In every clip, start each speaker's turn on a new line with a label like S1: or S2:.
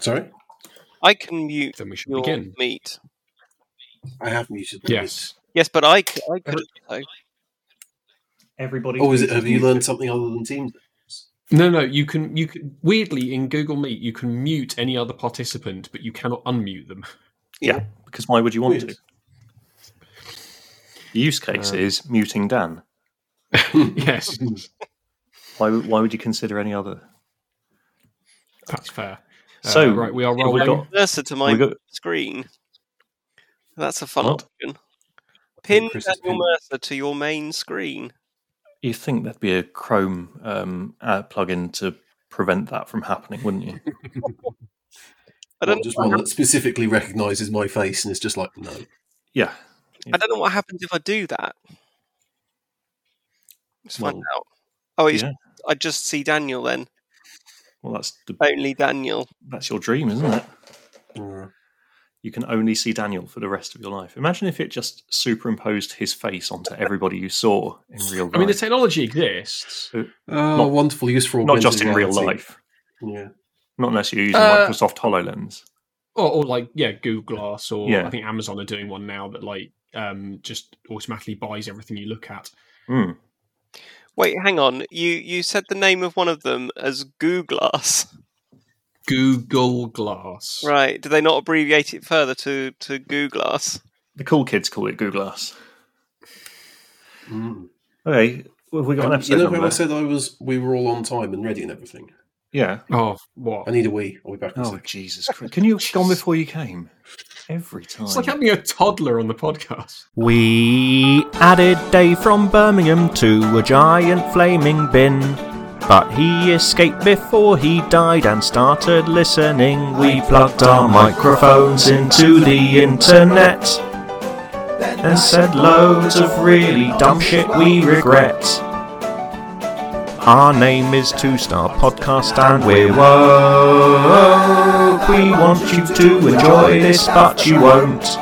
S1: Sorry,
S2: I can mute
S3: Then we should
S2: your
S3: begin.
S2: meet.
S1: I have muted. the
S3: Yes.
S2: Yes, but I, c- I could. I-
S4: Everybody.
S1: mic. Oh, is it, have you learned something other than Teams?
S3: No, no. You can. You can, weirdly in Google Meet you can mute any other participant, but you cannot unmute them.
S5: Because why would you want
S1: Weird.
S5: to? The use case
S3: Um,
S5: is muting Dan.
S3: yes,
S5: Why, would- why would you consider any other?
S3: that's fair. Uh,
S5: So,
S3: right, we are
S5: have we
S3: rolling.
S5: got-
S2: cursor to my
S5: We got-
S2: screen. That's a fun
S5: What?
S2: option. Pin
S1: Chris has
S2: Daniel
S1: pinned.
S2: Mercer to your main screen.
S5: You think there'd be a Chrome um, uh, plugin to prevent that from happening, wouldn't you?
S2: I don't,
S1: just
S2: know what
S1: one that specifically recognises my face and is just like no.
S5: yeah.
S2: hap- I don't know what happens if I do that. Let's find
S5: Well,
S2: out. Oh, it's,
S5: yeah.
S2: I just see Daniel then.
S5: Well, that's the,
S2: Only Daniel.
S5: that's your dream, isn't it?
S1: Uh,
S5: You can only see Daniel for the rest of your life. Imagine if it just superimposed his face onto everybody you saw in real life.
S3: I mean, the technology exists.
S1: oh, wonderful use for
S5: not just
S1: augmented
S5: in real
S1: reality.
S5: life.
S1: Yeah.
S5: Not unless you're using
S3: Uh,
S5: Microsoft HoloLens.
S3: Or, or like yeah, Google Glass, or
S5: Yeah.
S3: I think Amazon are doing one now that like um, just automatically buys everything you look at.
S5: Hmm.
S2: Wait, hang on. You you said the name of one of them as Googlass.
S3: Google Glass.
S2: Right. Do they not abbreviate it further to, to Googlass?
S5: The cool kids call it Google Glass.
S1: Mm.
S5: Okay, well, have we got an
S1: Um,
S5: episode
S1: you know
S5: number?
S1: how I said I was? We were all on time and ready and everything.
S5: Yeah.
S3: Oh, what?
S1: I need a wee. I'll be back. In a
S5: Oh
S1: sec.
S5: Jesus Christ! Can you have gone before you came? Every time.
S3: It's like having a toddler on the podcast.
S6: We added Dave from Birmingham to a giant flaming bin. But he escaped before he died and started listening. We plugged our microphones into the internet and said loads of really dumb shit we regret. Our name is Two Star Podcast and we're woke. We want you to enjoy this, but you won't.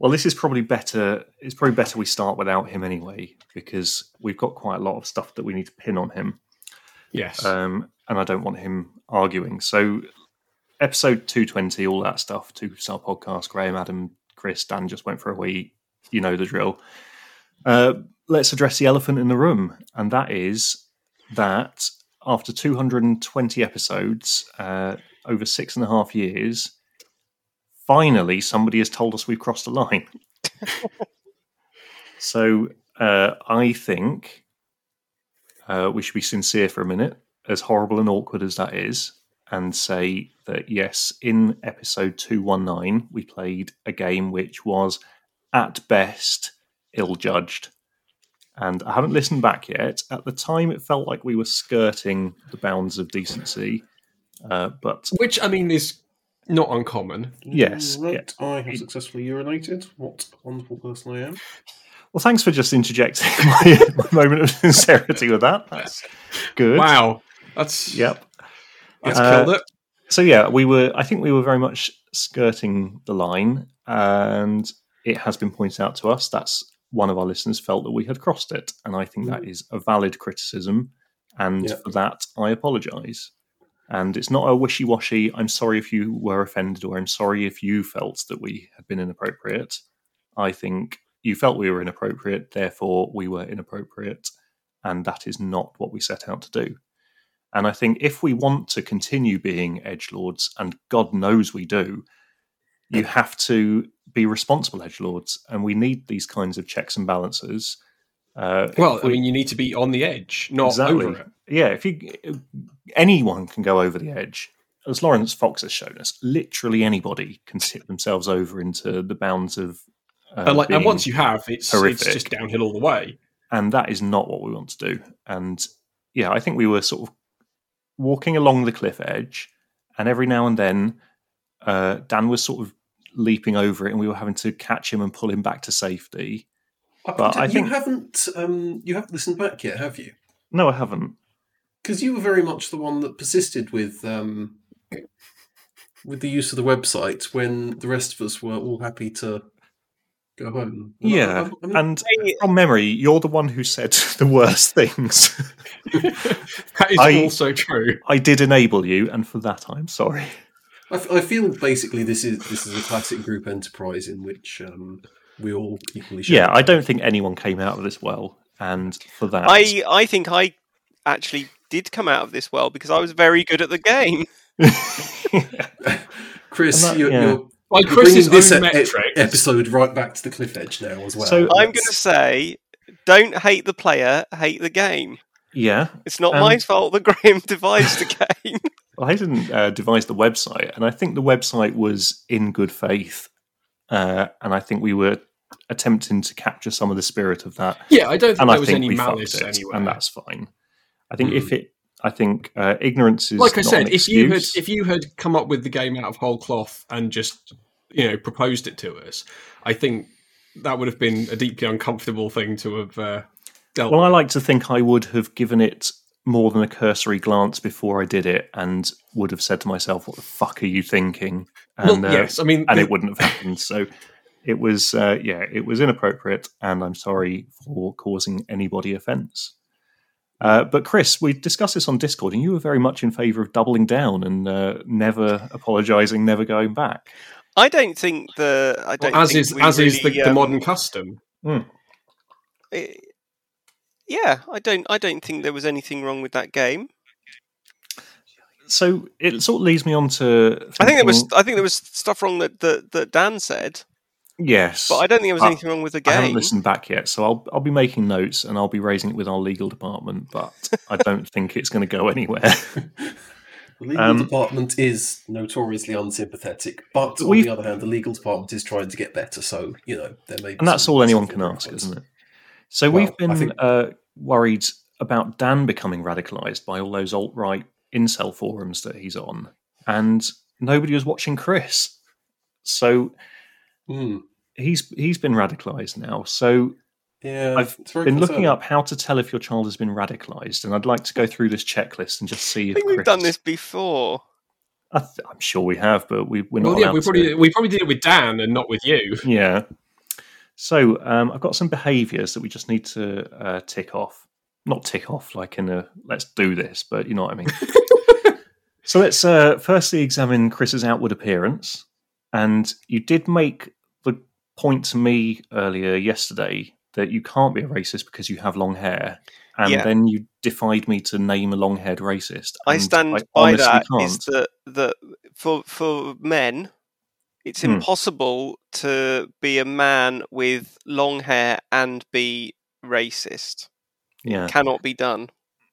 S5: Well, this is probably better. It's probably better we start without him anyway, because we've got quite a lot of stuff that we need to pin on him,
S3: Yes.
S5: um, and I don't want him arguing. So, episode two twenty, all that stuff. Two star podcast. Graham, Adam, Chris, Dan just went for a wee. You know the drill. Uh, let's address the elephant in the room, and that is that after two hundred and twenty episodes, uh, over six and a half years. Finally, somebody has told us we've crossed the line. So uh, I think uh, we should be sincere for a minute, as horrible and awkward as that is, and say that yes, in episode 219, we played a game which was at best ill judged. And I haven't listened back yet. At the time, it felt like we were skirting the bounds of decency. Uh, but
S3: Which I mean is not uncommon.
S5: yes, yeah.
S1: Right. I have successfully urinated. What a wonderful person I am.
S5: well, thanks for just interjecting my, my moment of sincerity with that. That's good.
S3: Wow. That's
S5: Yep.
S3: That's
S5: Uh,
S3: killed it.
S5: so yeah, we were. I think we were very much skirting the line, and it has been pointed out to us that's one of our listeners felt that we had crossed it, and I think that is a valid criticism, and
S1: Yeah.
S5: for that I apologise. And it's not a wishy-washy. I'm sorry if you were offended, or I'm sorry if you felt that we had been inappropriate. I think you felt we were inappropriate, therefore we were inappropriate, and that is not what we set out to do. And I think if we want to continue being edge lords, and God knows we do, you have to be responsible edge lords, and we need these kinds of checks and balances. Uh,
S3: Well,
S5: if
S3: I
S5: we-
S3: mean, you need to be on the edge, not
S5: Exactly.
S3: over it.
S5: yeah, if you anyone can go over the edge, as Lawrence Fox has shown us, literally anybody can tip themselves over into the bounds of. Uh,
S3: and like, and
S5: being-
S3: once you have, it's
S5: horrific.
S3: it's just downhill all the way.
S5: and that is not what we want to do. And yeah, I think we were sort of walking along the cliff edge, and every now and then, uh, Dan was sort of leaping over it, and we were having to catch him and pull him back to safety. But I
S1: you
S5: think-
S1: haven't. Um, you haven't listened back yet, have you?
S5: No, I haven't.
S1: Because you were very much the one that persisted with um, with the use of the website when the rest of us were all happy to go home. Well,
S5: Yeah,
S1: I- I- I mean,
S5: and from memory, you're the one who said the worst things.
S3: that is
S5: I-
S3: also true.
S5: I did enable you, and for that, I'm sorry.
S1: I, f- I feel basically this is this is a classic group enterprise in which um, we all equally share.
S5: Yeah, I don't think anyone came out of this well, and for that,
S2: I I think I actually did come out of this well because I was very good at the game.
S1: Chris,
S5: I'm not-
S1: you're,
S5: yeah.
S1: you're
S3: By
S1: you're
S3: Chris's
S1: bringing this
S3: own
S1: e- e-
S3: metrics,
S1: episode right back to the cliff edge now as well.
S5: So-
S2: I'm going to
S1: It's-
S2: say, don't hate the player, hate the game.
S5: yeah,
S2: It's not
S5: Um,
S2: my fault that Graham devised the game.
S5: I didn't uh, devise the website, and I think the website was in good faith, uh, and I think we were attempting to capture some of the spirit of that.
S3: Yeah, I don't think
S5: and
S3: there
S5: I
S3: was
S5: think
S3: any
S5: we
S3: malice
S5: fucked it,
S3: anywhere. Hmm.
S5: and that's fine. I think if it, I think uh, ignorance is
S3: like I
S5: not
S3: said,
S5: an
S3: if you had
S5: excuse.
S3: if you had come up with the game out of whole cloth and just you know proposed it to us, I think that would have been a deeply uncomfortable thing to have uh, dealt.
S5: Well,
S3: with.
S5: I like to think I would have given it more than a cursory glance before I did it, and would have said to myself, "What the fuck are you thinking?" And uh,
S3: well, yes, I mean,
S5: and
S3: the-
S5: it wouldn't have happened. So it was, uh, yeah, it was inappropriate, and I'm sorry for causing anybody offence. Uh, but Chris, we discussed this on Discord, and you were very much in favour of doubling down and uh, never apologising, never going back.
S2: I don't think the I don't
S3: as
S2: think
S3: is
S2: we
S3: as is the,
S2: really,
S3: the
S2: um,
S3: modern custom.
S2: eh, yeah, I don't I don't think there was anything wrong with that game.
S5: So it sort of leads me on to.
S2: I think there was
S3: Mm-hmm.
S5: thinking-
S2: I think there was stuff wrong that that, that Dan said,
S5: yes,
S2: but I don't think there was
S3: Ah,
S5: Uh,
S2: anything wrong with the
S5: I haven't
S2: game.
S5: listened back yet, so I'll I'll be making notes and I'll be raising it with our legal department. But I don't think it's going to go anywhere.
S1: The legal
S5: Um,
S1: department is notoriously unsympathetic, but on
S5: We've-
S1: the other hand, the legal department is trying to get better. So you know there may. Be
S5: and that's
S1: some-
S5: all anyone
S1: some
S5: can ask,
S1: points.
S5: isn't it? So
S1: Well,
S5: we've been
S1: I think-
S5: uh, worried about Dan becoming radicalised by all those alt right incel forums that he's on, and nobody was watching Chris. So
S1: Mm,
S5: he's he's been radicalised now. So
S1: yeah,
S5: I've
S1: it's very
S5: been looking
S1: concerning.
S5: up how to tell if your child has been radicalised, and I'd like to go through this checklist and just
S2: I
S5: see. if
S2: think we've
S5: Chris-
S2: done this before.
S5: I th- I'm sure we have, but we, we're not.
S3: Well, yeah,
S5: allowed
S3: we
S5: to.
S3: probably we probably did it with Dan and not with you.
S5: Yeah. So um, I've got some behaviours that we just need to uh, tick off. Not tick off like in a let's do this, but you know what I mean. so let's uh, firstly examine Chris's outward appearance. And you did make the point to me earlier yesterday that you can't be a racist because you have long hair. And
S2: Yeah.
S5: then you defied me to name a long haired racist.
S2: I
S5: and
S2: stand by
S5: honestly
S2: that.
S5: can't.
S2: Is that that for for men, it's
S5: Hmm.
S2: impossible to be a man with long hair and be racist.
S5: yeah.
S2: Cannot be done.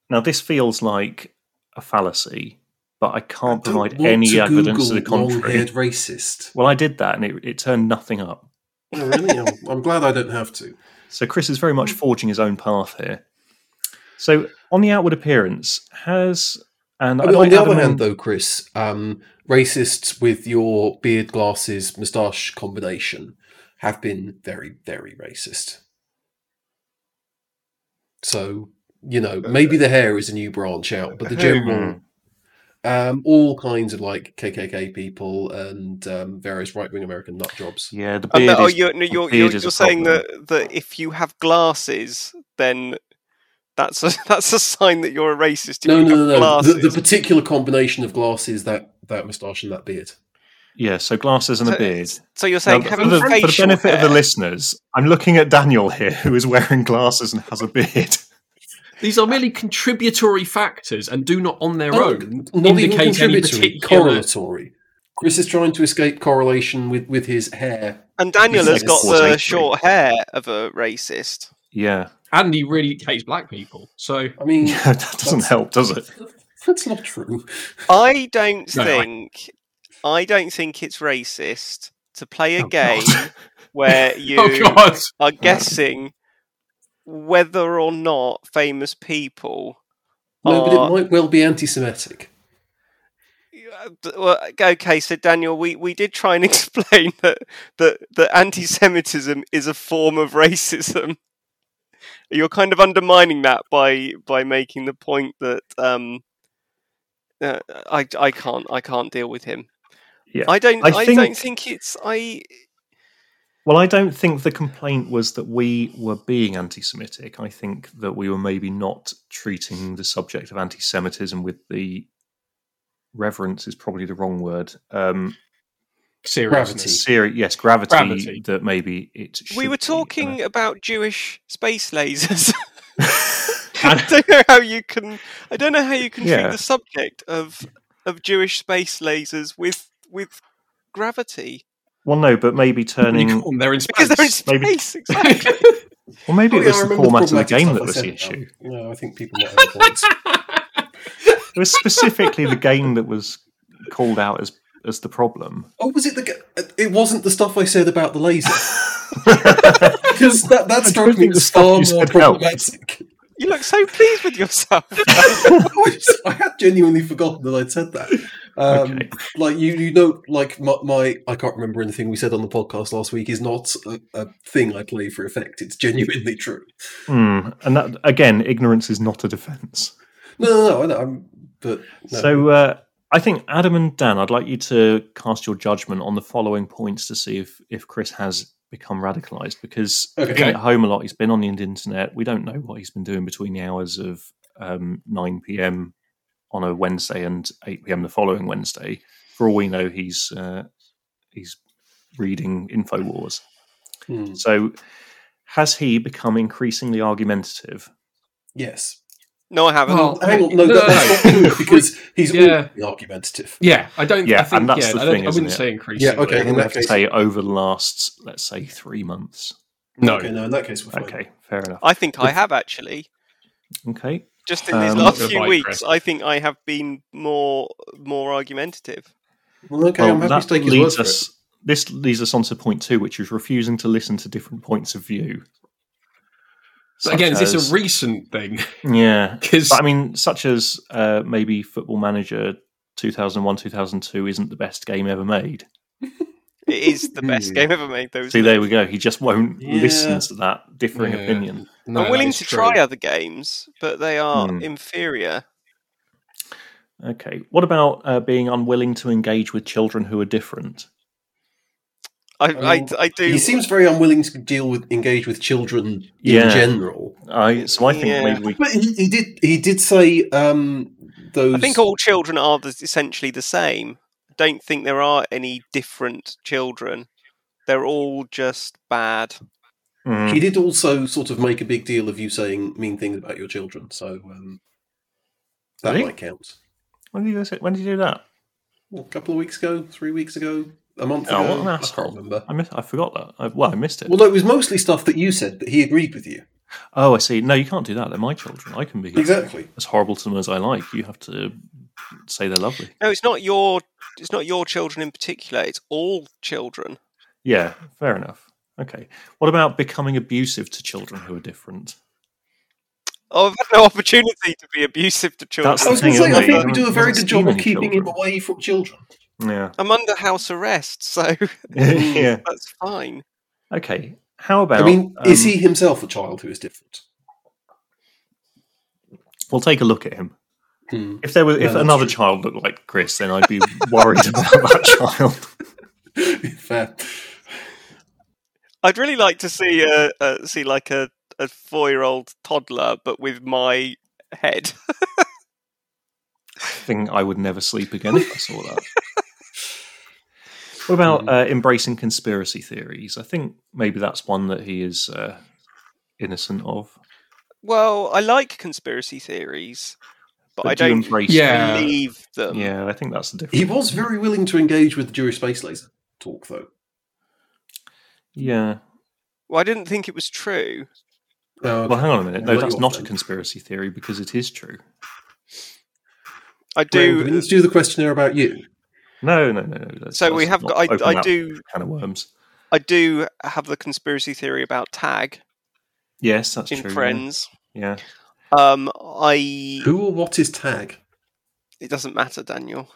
S5: Now, this feels like a fallacy, but I can't
S1: Don't
S5: provide
S1: want
S5: any
S1: to
S5: evidence to the
S1: Google
S5: contrary.
S1: Long-haired racist.
S5: Well, I did that and it, it turned nothing up.
S1: Oh, really? I'm, I'm glad I don't have to.
S5: So, Chris is very much
S1: Hmm.
S5: forging his own path here. So, on the outward appearance, has. And
S1: I mean,
S5: I'd
S1: Oh, on
S5: like
S1: the
S5: to add
S1: other
S5: an-
S1: hand, though, Chris, um, racists with your beard, glasses, moustache combination have been very, very racist. So you know, maybe the hair is a new branch out, but the
S3: Who?
S1: general, um, all kinds of like KKK people and um, various right-wing American nut jobs.
S5: Yeah, the
S2: And
S5: beard
S2: that- oh,
S5: is-
S2: you're, no, you're, you're,
S5: beard is a
S2: you're saying
S5: problem.
S2: that, that if you have glasses, then that's a that's a sign that you're a racist. If
S1: No,
S2: you
S1: no,
S2: have
S1: no, no. The,
S2: Glasses.
S1: the particular combination of glasses, that that moustache and that beard.
S5: yeah, so glasses and a
S2: So-
S5: beard.
S2: so you're saying
S5: Now,
S2: having
S5: for, the, for the
S2: facial
S5: benefit
S2: hair.
S5: of the listeners, I'm looking at Daniel here, who is wearing glasses and has a beard.
S3: These are merely contributory factors and do not on their
S1: Oh,
S3: own
S1: not even
S3: indicate any
S1: contributory,
S3: particular.
S1: correlatory. Chris is trying to escape correlation with, with his hair.
S2: and Daniel
S5: It's
S2: has
S5: like
S2: got the
S5: causation.
S2: short hair of a racist.
S5: Yeah,
S3: And he really hates black people. So
S1: I mean,
S5: yeah that doesn't
S1: That's-
S5: help, does it?
S1: that's not true.
S2: I don't
S3: No, I-
S2: think I don't think it's racist to play a
S5: Oh,
S2: game
S5: God.
S2: where you
S3: oh god,
S2: are guessing whether or not famous people
S1: No, but
S2: are-
S1: it might well be anti-Semitic.
S2: Yeah, d- well, uh, okay, so Daniel, we, we did try and explain that that, that anti-Semitism is a form of racism. You're kind of undermining that by by making the point that um, uh, I I can't I can't deal with him.
S5: Yeah,
S2: I don't
S5: I
S2: I,
S5: think-
S2: don't think it's I
S5: Well, I don't think the complaint was that we were being anti Semitic. I think that we were maybe not treating the subject of anti Semitism with the reverence, is probably the wrong word. Um,
S1: Gravity.
S3: Seriousness.
S5: seri- yes, gravity,
S3: Gravity.
S5: that maybe it should
S2: we were
S5: be. uh,
S2: talking
S5: And
S2: about Jewish space lasers. I don't know how you can. I don't know how you can
S5: Yeah.
S2: treat the subject of of Jewish space lasers with with gravity
S5: I- Well, no, but maybe
S3: You
S5: turning.
S3: call them, they're in
S2: because they're in
S3: space.
S5: Maybe-
S2: space. Exactly.
S5: Well, maybe
S1: Oh,
S5: it
S1: yeah, I
S5: was the
S1: remember
S5: format of the
S1: problematic
S5: game
S1: stuff
S5: that
S1: I
S5: was
S1: said
S5: the
S1: now.
S5: issue.
S1: No, I think people might have points.
S5: It was specifically the game that was called out as as the problem.
S1: Oh, was it the? g- It wasn't the stuff I said about the laser. Because that that
S5: don't
S1: struck me
S5: think the
S1: as
S5: stuff
S1: far
S5: you
S1: more
S5: said helped.
S1: problematic.
S2: you look so pleased with yourself.
S1: I just- I had genuinely forgotten that I'd said that. Um,
S5: Okay.
S1: Like you, you know, like my, my I can't remember anything we said on the podcast last week is not a, a thing I play for effect. It's genuinely true.
S5: Hmm. And that again, ignorance is not a defence.
S1: No, no, no. I know, I'm, but no.
S5: So uh, I think Adam and Dan, I'd like you to cast your judgment on the following points to see if if Chris has become radicalised because he's been
S1: Okay.
S5: at home a lot. He's been on the internet. We don't know what he's been doing between the hours of um, nine pm on a Wednesday and eight pm the following Wednesday. For all we know, he's uh, he's reading Infowars.
S1: Hmm.
S5: So has he become increasingly argumentative?
S1: yes.
S2: No, I haven't.
S3: Well,
S1: Hang on, no, that, that's not true because he's
S3: Yeah.
S1: already argumentative.
S3: Yeah, I don't.
S5: Yeah,
S3: I think,
S5: and that's
S3: yeah,
S5: the
S3: I, don't,
S5: thing,
S3: I
S5: isn't
S3: wouldn't
S5: it?
S3: say increasingly.
S1: Yeah, okay.
S5: I
S1: In
S5: would
S1: that case-
S5: say over the last, let's say, three months.
S3: No,
S1: Okay, no, in that case we're fine.
S5: Okay, fair enough.
S2: I think I have actually.
S5: Okay.
S2: Just in these
S5: Um,
S2: last
S3: Not
S2: few
S3: by
S2: weeks,
S3: Chris.
S2: I think I have been more more argumentative.
S1: Well, okay, I'm
S5: Well,
S1: happy to
S5: that
S1: take his word
S5: leads
S1: for it.
S5: us. This leads us on to point two, which is refusing to listen to different points of view.
S3: But again,
S5: Such
S3: is this
S5: as-
S3: a recent thing?
S5: yeah?
S3: Because
S5: But I mean, such as uh, maybe Football Manager 2001, 2002 isn't the best game ever made.
S2: It is the best
S1: Hmm.
S2: game ever made. Those
S5: See, there we go. He just won't
S1: Yeah.
S5: listen to that differing
S3: Yeah.
S5: opinion.
S2: I'm willing to try other games, but they are
S5: Hmm.
S2: inferior.
S5: Okay. What about uh, being unwilling to engage with children who are different?
S2: I,
S1: mean,
S2: I, I do.
S1: He seems very unwilling to deal with engage with children
S5: Yeah.
S1: in general.
S5: I so I think
S2: Yeah.
S5: maybe we
S1: But he, he did he did say um, those.
S2: I think all children are the, essentially the same. I don't think there are any different children. They're all just bad.
S5: Mm.
S1: he did also sort of make a big deal of you saying mean things about your children, so um, that
S5: Really?
S1: might count.
S5: When did you say, when did you do that?
S1: Well, a couple of weeks ago, three weeks ago, a month
S5: Oh,
S1: ago.
S5: what an
S1: I
S5: asshole.
S1: can't remember.
S5: I miss, I forgot that. I, well, I missed it.
S1: Well, no, it was mostly stuff that you said that he agreed with you.
S5: oh, I see. No, you can't do that. They're my children. I can be
S1: Exactly.
S5: as horrible to them as I like. You have to say they're lovely.
S2: No, it's not your. It's not your children in particular. It's all children.
S5: Yeah, fair enough. Okay. What about becoming abusive to children who are different?
S2: Oh, I've had no opportunity to be abusive to children.
S5: That's
S1: I was
S5: the
S1: going to
S5: thing,
S1: say, I
S5: isn't it?
S1: think we do a
S5: He
S1: very
S5: doesn't
S1: good job
S5: see
S1: of
S5: many
S1: keeping him
S5: children.
S1: away from children.
S5: Yeah.
S2: I'm under house arrest, so
S5: yeah.
S2: that's fine.
S5: Okay. How about?
S1: I mean, is
S5: um,
S1: he himself a child who is different?
S5: We'll take a look at him.
S1: Hmm.
S5: If there was, if
S1: that's
S5: another
S1: true.
S5: child looked like Chris, then I'd be worried about that child.
S1: Fair.
S2: I'd really like to see a, a see like a, a four year old toddler, but with my head.
S5: thing I would never sleep again if I saw that. what
S2: Mm.
S5: about uh, embracing conspiracy theories? I think maybe that's one that he is uh, innocent of.
S2: Well, I like conspiracy theories, but, I
S5: do you
S2: don't
S5: embrace.
S3: Yeah.
S2: believe them.
S5: yeah, I think that's the difference.
S1: He was very willing to engage with the Jewish space laser talk, though.
S5: Yeah.
S2: Well, I didn't think it was true.
S1: Oh, okay.
S5: Well, hang on a minute. No,
S1: Well,
S5: that's
S1: you're
S5: not a
S1: fine.
S5: conspiracy thery because it is true.
S2: I
S1: Graham,
S2: do.
S1: let's do the questionnaire about you.
S5: No, no, no, no. let's-
S2: So we
S5: let's
S2: have
S5: not
S2: got.
S5: open
S2: I, I
S5: that
S2: do.
S5: Can of worms.
S2: I do have the conspiracy theory about Tag
S5: Yes, that's
S2: in
S5: true. yeah.
S2: Friends.
S5: Yeah.
S2: Um, I.
S1: Who or what is tag?
S2: It doesn't matter, Daniel.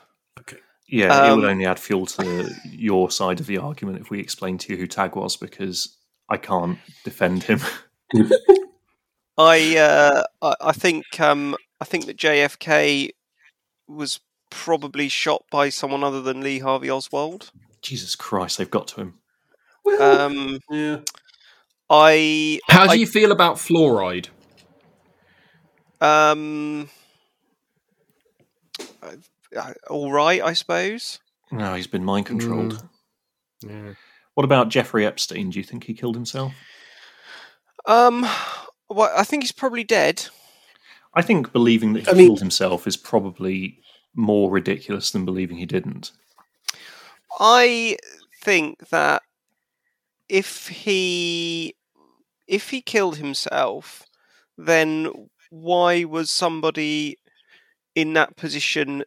S5: Yeah, it would
S2: Um,
S5: only add fuel to your side of the argument if we explain to you who Tag was because I can't defend him.
S2: I. Uh, I, I think. Um, I think that JFK was probably shot by someone other than Lee Harvey Oswald.
S5: Jesus Christ, they've got to him.
S1: Well,
S2: Um,
S1: yeah.
S2: I
S3: How do
S2: I-
S3: you feel about fluoride?
S2: um, I- I- all right, I suppose.
S5: No, he's been mind controlled. Mm.
S3: Yeah.
S5: What about Jeffrey Epstein? Do you think he killed himself?
S2: Um, well, I think he's probably dead.
S5: I think believing that he
S1: I mean-
S5: killed himself is probably more ridiculous than believing he didn't.
S2: I think that if he if he killed himself, then why was somebody in that position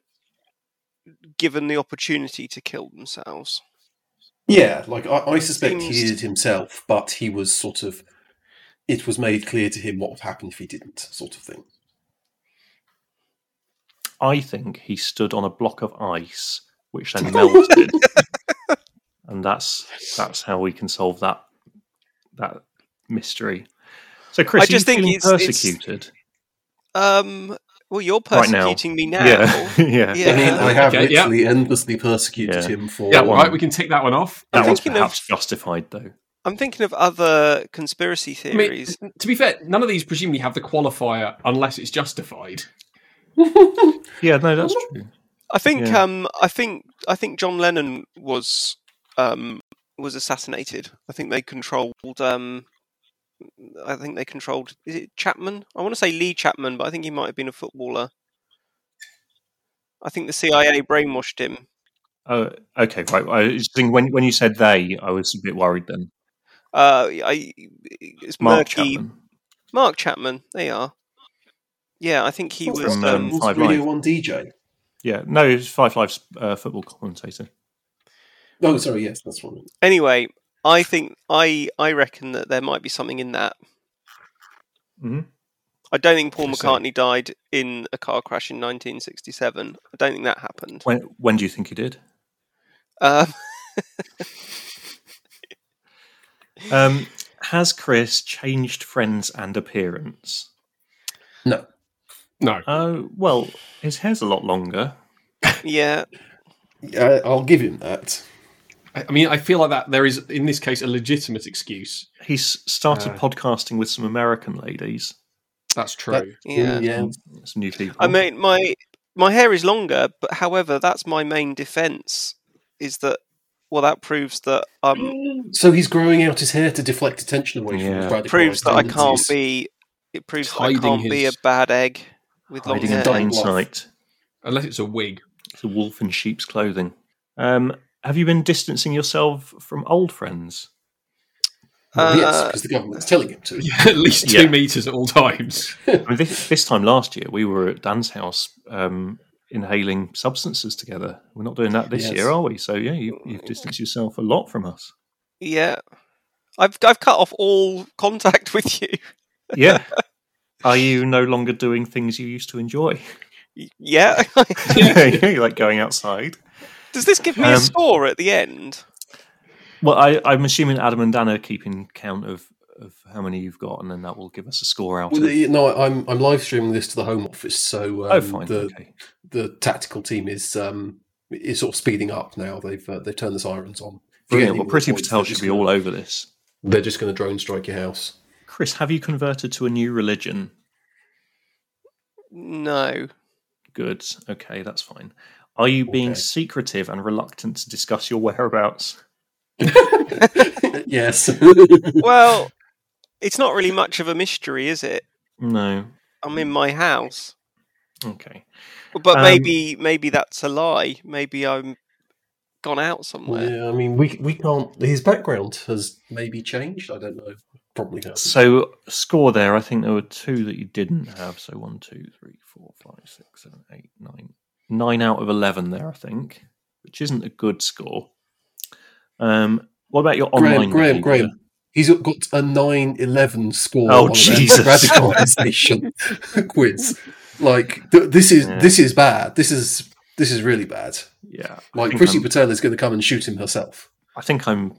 S2: given the opportunity to kill themselves?
S1: Yeah, like I, I suspect he did
S2: Seems-
S1: it himself, but he was sort of. It was made clear to him what would happen if he didn't, sort of thing.
S5: I think he stood on a block of ice, which then melted, and that's that's how we can solve that that mystery. So, Chris,
S2: I
S5: are
S2: just
S5: you
S2: think
S5: feeling
S2: it's- it's-
S5: persecuted.
S2: Um, well, you're
S5: Right now.
S2: persecuting me now.
S5: Yeah, yeah.
S2: Yeah.
S1: I mean, I have
S3: Okay, yeah.
S1: literally endlessly persecuted
S5: Yeah.
S1: him for.
S3: Yeah,
S5: one.
S3: right. We can tick that one off.
S5: That was
S2: thinking of-
S5: perhaps justified, though.
S2: I'm thinking of other conspiracy
S3: I mean,
S2: theories.
S3: to be fair, none of these presumably have the qualifier unless it's justified.
S5: Yeah, no, that's true.
S2: I think
S5: Yeah.
S2: um I think I think John Lennon was um was assassinated. I think they controlled um I think they controlled is it Chapman? I want to say Lee Chapman, but I think he might have been a footballer. I think the CIA brainwashed him.
S5: Oh, okay, right. I was thinking when when you said they, I was a bit worried then.
S2: Uh I it's
S5: Mark
S2: murky-
S5: Chapman.
S2: Mark Chapman, they are. Yeah, I think he
S1: What's
S2: was
S5: from,
S1: that?
S5: um,
S2: um,
S1: What's
S5: Five
S1: Radio
S5: Live.
S1: One DJ.
S5: Yeah, no, it's Five Live's uh, football commentator.
S1: Oh, sorry. Yes, that's one.
S2: anyway, I think I I reckon that there might be something in that.
S5: Mhm.
S2: I don't think Paul
S5: I see.
S2: McCartney died in a car crash in 1967. I don't think that happened.
S5: When when do you think he did?
S2: Um,
S5: Um, has Chris changed friends and appearance?
S1: No.
S3: No.
S5: Oh, well, his hair's a lot longer.
S2: yeah,
S1: Yeah, I'll give him that.
S3: I I mean, I feel like that there is, in this case, a legitimate excuse.
S5: He's started
S3: Uh.
S5: podcasting with some American ladies,
S3: That's true.
S1: That-
S2: yeah.
S1: Mm, yeah.
S5: some new people.
S2: I mean, my my hair is longer, but however, that's my main defence is that well, that proves that um
S1: So he's growing out his hair to deflect attention away from
S5: Yeah.
S1: his radical
S2: proves that I can't
S1: tendencies.
S2: be. It proves that I
S3: Hiding
S2: can't be a
S3: his-
S2: bad egg with long
S5: hiding in
S2: hair.
S1: dying
S5: plain
S1: wolf.
S5: sight.
S3: Unless it's a wig.
S5: It's a wolf in sheep's clothing. Um, have you been distancing yourself from old friends?
S1: Well, yes,
S2: Uh,
S1: because the government's telling him to.
S3: At least two
S5: Yeah.
S3: meters at all times.
S5: I mean, this, this time last year, we were at Dan's house um, inhaling substances together. We're not doing that this
S1: Yes.
S5: year, are we? So, yeah, you, you've distanced yourself a lot from us.
S2: Yeah. I've I've cut off all contact with you.
S5: Yeah. Are you no longer doing things you used to enjoy?
S2: Y- Yeah.
S5: you like going outside?
S2: Does this give me a
S5: Um,
S2: score at the end?
S5: Well, I, I'm assuming Adam and Dan are keeping count of, of how many you've got, and then that will give us a score out.
S1: Well,
S5: of,
S1: the- no, I'm I'm live streaming this to the Home Office, so um,
S5: oh, fine.
S1: the
S5: okay.
S1: the tactical team is um is sort of speeding up now. They've uh, they've turned the sirens on. If you get
S5: Brilliant.
S1: any
S5: Well,
S1: more
S5: Pretty
S1: points,
S5: Patel
S1: they're
S5: should
S1: just
S5: be
S1: gonna-
S5: all over this.
S1: They're just going to drone strike your house.
S5: Chris, have you converted to a new religion?
S2: No.
S5: Good. Okay, that's fine. Are you being
S1: Okay.
S5: secretive and reluctant to discuss your whereabouts?
S1: yes.
S2: Well, it's not really much of a mystery, is it?
S5: No.
S2: I'm in my house.
S5: Okay.
S2: But
S5: Um,
S2: maybe maybe that's a lie. Maybe I'm gone out somewhere.
S1: yeah, I mean, we we can't. His background has maybe changed. I don't know. Probably has.
S5: So score there. I think there were two that you didn't have. So one, two, three, four, five, six, seven, eight, nine. Nine out of eleven there, I think, which isn't a good score. Um, what about your
S1: Graham,
S5: online?
S1: Graham,
S5: behaviour?
S1: Graham. He's got a 9 11 score
S5: Oh,
S1: on their
S5: Jesus.
S1: radicalization quiz. Like, th- this is
S5: Yeah.
S1: this is bad. This is this is really bad.
S5: Yeah, I
S1: Like,
S5: think
S1: Prissy
S5: I'm-
S1: Patel is going to come and shoot him herself.
S5: I think I'm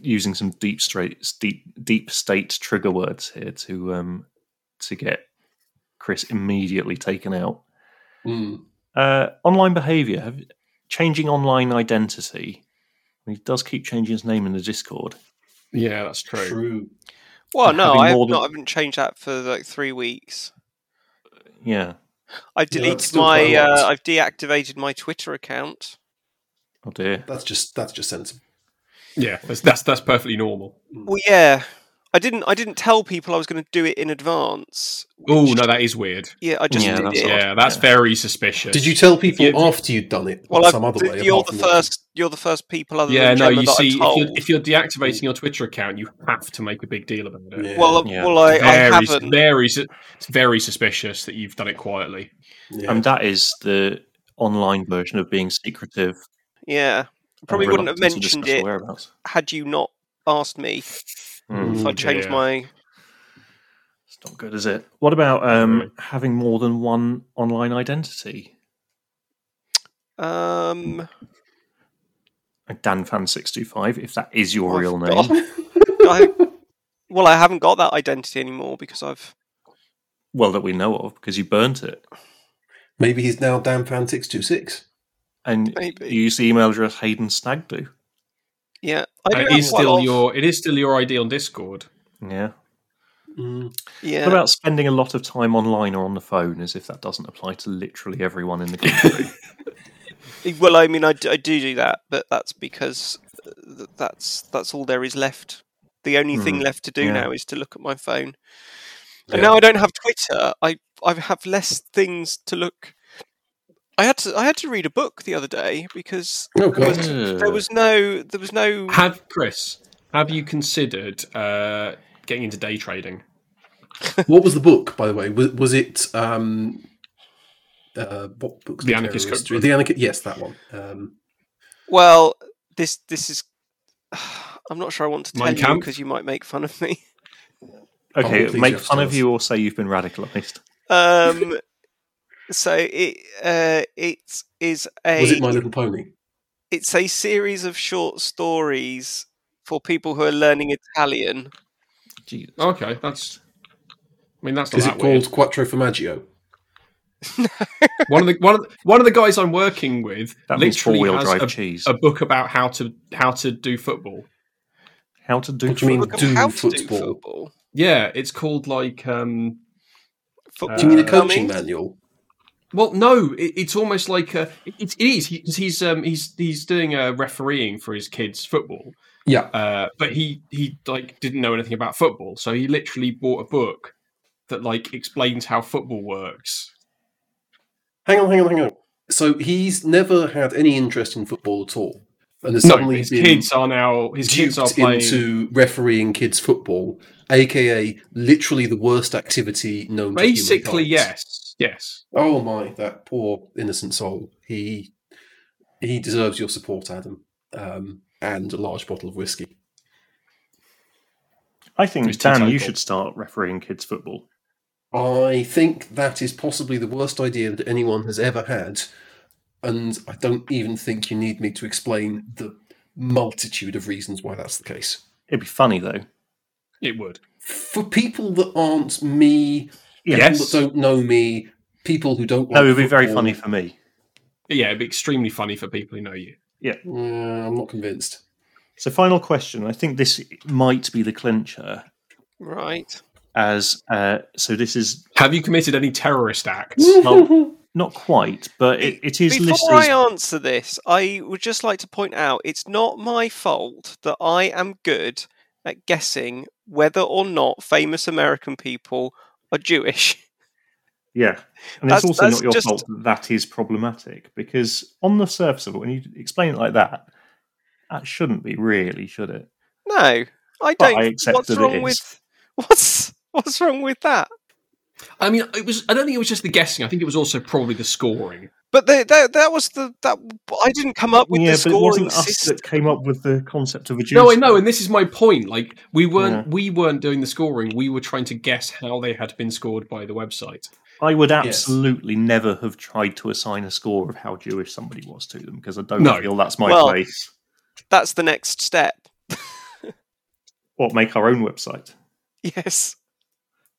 S5: using some deep straight, deep, deep state trigger words here to um to get Chris immediately taken out.
S1: Mm.
S5: Uh, online behavior, changing online identity. He does keep changing his name in the Discord.
S3: Yeah, that's true.
S1: True.
S2: Well,
S5: And
S2: no,
S5: having
S2: I have
S5: more than-
S2: not, I haven't changed that for like three weeks.
S5: Yeah.
S2: I
S1: that's
S2: deleted
S1: still
S2: my.
S1: quite a lot.
S2: Uh, I've deactivated my Twitter account.
S5: Oh dear.
S1: That's just that's just sensible.
S3: Yeah, that's that's, that's perfectly normal.
S5: Hmm.
S2: Well, yeah, I didn't. I didn't tell people I was going to do it in advance.
S3: Oh
S2: which-
S3: no, that is weird.
S2: Yeah, I just
S5: Yeah,
S2: did
S5: that's
S2: it.
S5: odd.
S3: Yeah, that's
S5: Yeah.
S3: very suspicious.
S1: Did you tell people
S3: you-
S1: after you'd done it
S2: Well, I've,
S1: some other
S2: th-
S1: way?
S2: you're
S1: apart
S2: the
S1: from
S2: first. You're the first people other
S3: Yeah,
S2: than
S3: no.
S2: Gemma
S3: You
S2: that
S3: see, if
S2: I told.
S3: you're, if you're deactivating your Twitter account, you have to make a big deal about it.
S1: Yeah.
S2: well, uh,
S5: Yeah.
S2: well, I, I
S3: very,
S2: haven't.
S3: very, su- it's very suspicious that you've done it quietly.
S1: Yeah.
S5: And that is the online version of being secretive. and
S2: Yeah, probably wouldn't have
S5: reluctant to
S2: mentioned
S5: discuss
S2: it
S5: Whereabouts.
S2: had you not asked me
S5: Mm,
S2: if I changed
S3: yeah.
S2: my.
S5: It's not good, is it? What about um, having more than one online identity? Mm,
S2: Um,
S5: Like DanFan625, if that is your
S2: Oh, I
S5: real
S2: forgot.
S5: name.
S2: I- well, I haven't got that identity anymore because I've.
S5: Well, that we know of, because you burnt it.
S1: Maybe he's now Danfan six two six.
S5: And
S2: Maybe.
S5: you use the email address Hayden Snagdo.
S2: Yeah, I do
S3: It
S2: have
S3: is
S2: quite a
S3: still
S2: lot of-
S3: your. It is still your ID on Discord.
S5: Yeah.
S2: Yeah,
S5: What about spending a lot of time online or on the phone, as if that doesn't apply to literally everyone in the country?
S2: well, I mean, I do, I do do that, but that's because uh, th- that's that's all there is left. The only thing
S5: Hmm,
S2: left to do
S5: yeah.
S2: now is to look at my phone.
S1: Yeah.
S2: And now I don't have Twitter. I I have less things to look. I had to I had to read a book the other day because
S1: Oh
S2: there
S1: god.
S2: was, there was no there was no
S3: Have Chris? Have you considered uh, getting into day trading?
S1: what was the book, by the way? Was, was it um uh what books?
S3: The Anarchist
S1: terrorist-
S3: Cookbook.
S1: The anarchist yes, that one. Um
S2: well this this is. I'm not sure I want to tell
S3: Mein
S2: you
S3: Kampf?
S2: because you might make fun of me.
S5: Okay,
S1: Oh, please,
S5: make
S1: yes,
S5: fun
S1: tell
S5: of
S1: us.
S5: you or say you've been radicalized.
S2: Um, so it uh, it is a
S1: was it My Little Pony?
S2: it's a series of short stories for people who are learning Italian.
S5: Jesus.
S3: Okay, that's. I mean, that's not
S1: Is
S3: that
S1: it
S3: weird.
S1: called Quattro Formaggio?
S3: one of the one of the, one of the guys I'm working with
S5: That means four
S3: literally
S5: wheel
S3: has
S5: drive
S3: a,
S5: cheese.
S3: a book about how to how to do football.
S5: How to do
S1: What do you mean?
S5: football.
S2: Look
S1: Do
S2: up how to
S1: football.
S2: do football.
S3: Yeah, it's called like um
S2: Football
S1: Do you mean a
S3: Uh,
S1: coaching
S2: dummies?
S1: manual?
S3: well no, it, it's almost like a, it, it is he, he's um he's he's doing a refereeing for his kids football.
S1: Yeah.
S3: Uh but he he like didn't know anything about football, so he literally bought a book that like explains how football works.
S1: Hang on, hang on, hang on. So he's never had any interest in football at all, and has
S3: No,
S1: suddenly
S3: his
S1: been
S3: kids are now his kids are
S1: duped
S3: playing
S1: into refereeing kids football, aka literally the worst activity known.
S3: basically
S1: to humankind.
S3: yes. Yes.
S1: Oh my, that poor innocent soul. He he deserves your support, Adam, um, and a large bottle of whiskey.
S5: I think,
S3: It's too
S5: Dan, you
S3: typical.
S5: should start refereeing kids' football.
S1: I think that is possibly the worst idea that anyone has ever had, and I don't even think you need me to explain the multitude of reasons why that's the case.
S5: It'd be funny, though.
S3: It would.
S1: for people that aren't me, people
S3: Yes.
S1: that don't know me, people who don't.
S5: No,
S1: like
S5: it would be very
S1: football,
S5: funny for me.
S3: Yeah, it'd be extremely funny for people who know you.
S1: Uh, I'm not convinced.
S5: So, final question. I think this might be the clincher.
S2: Right.
S5: As uh, so, this is
S3: Have you committed any terrorist acts?
S5: well, not quite, but it, it is listed.
S2: Before I
S5: As,
S2: answer this, I would just like to point out it's not my fault that I am good at guessing whether or not famous American people are Jewish.
S5: yeah, and
S2: That's-
S5: it's also
S2: that's
S5: not your
S2: just-
S5: fault that that is problematic because on the surface of it, when you explain it like that, that shouldn't be really, should it?
S2: No, I
S5: But
S2: don't.
S5: I accept
S2: what's
S5: that it
S2: wrong
S5: is.
S2: with what's what's wrong with that?
S3: I mean, it was. I don't think it was just the guessing. I think it was also probably the scoring.
S2: But the, that that was the that I didn't come up with the
S5: yeah, but it
S2: scoring
S5: wasn't us
S2: system.
S5: that came up with the concept of a Jew.
S3: No, I
S5: star.
S3: know, and this is my point. Like we weren't.
S5: Yeah.
S3: We weren't doing the scoring. We were trying to guess how they had been scored by the website.
S5: I would
S1: Yes.
S5: absolutely never have tried to assign a score of how Jewish somebody was to them because I don't
S3: No.
S5: feel that's my
S2: Well-
S5: place.
S2: That's the next step.
S5: Or make our own website.
S2: Yes.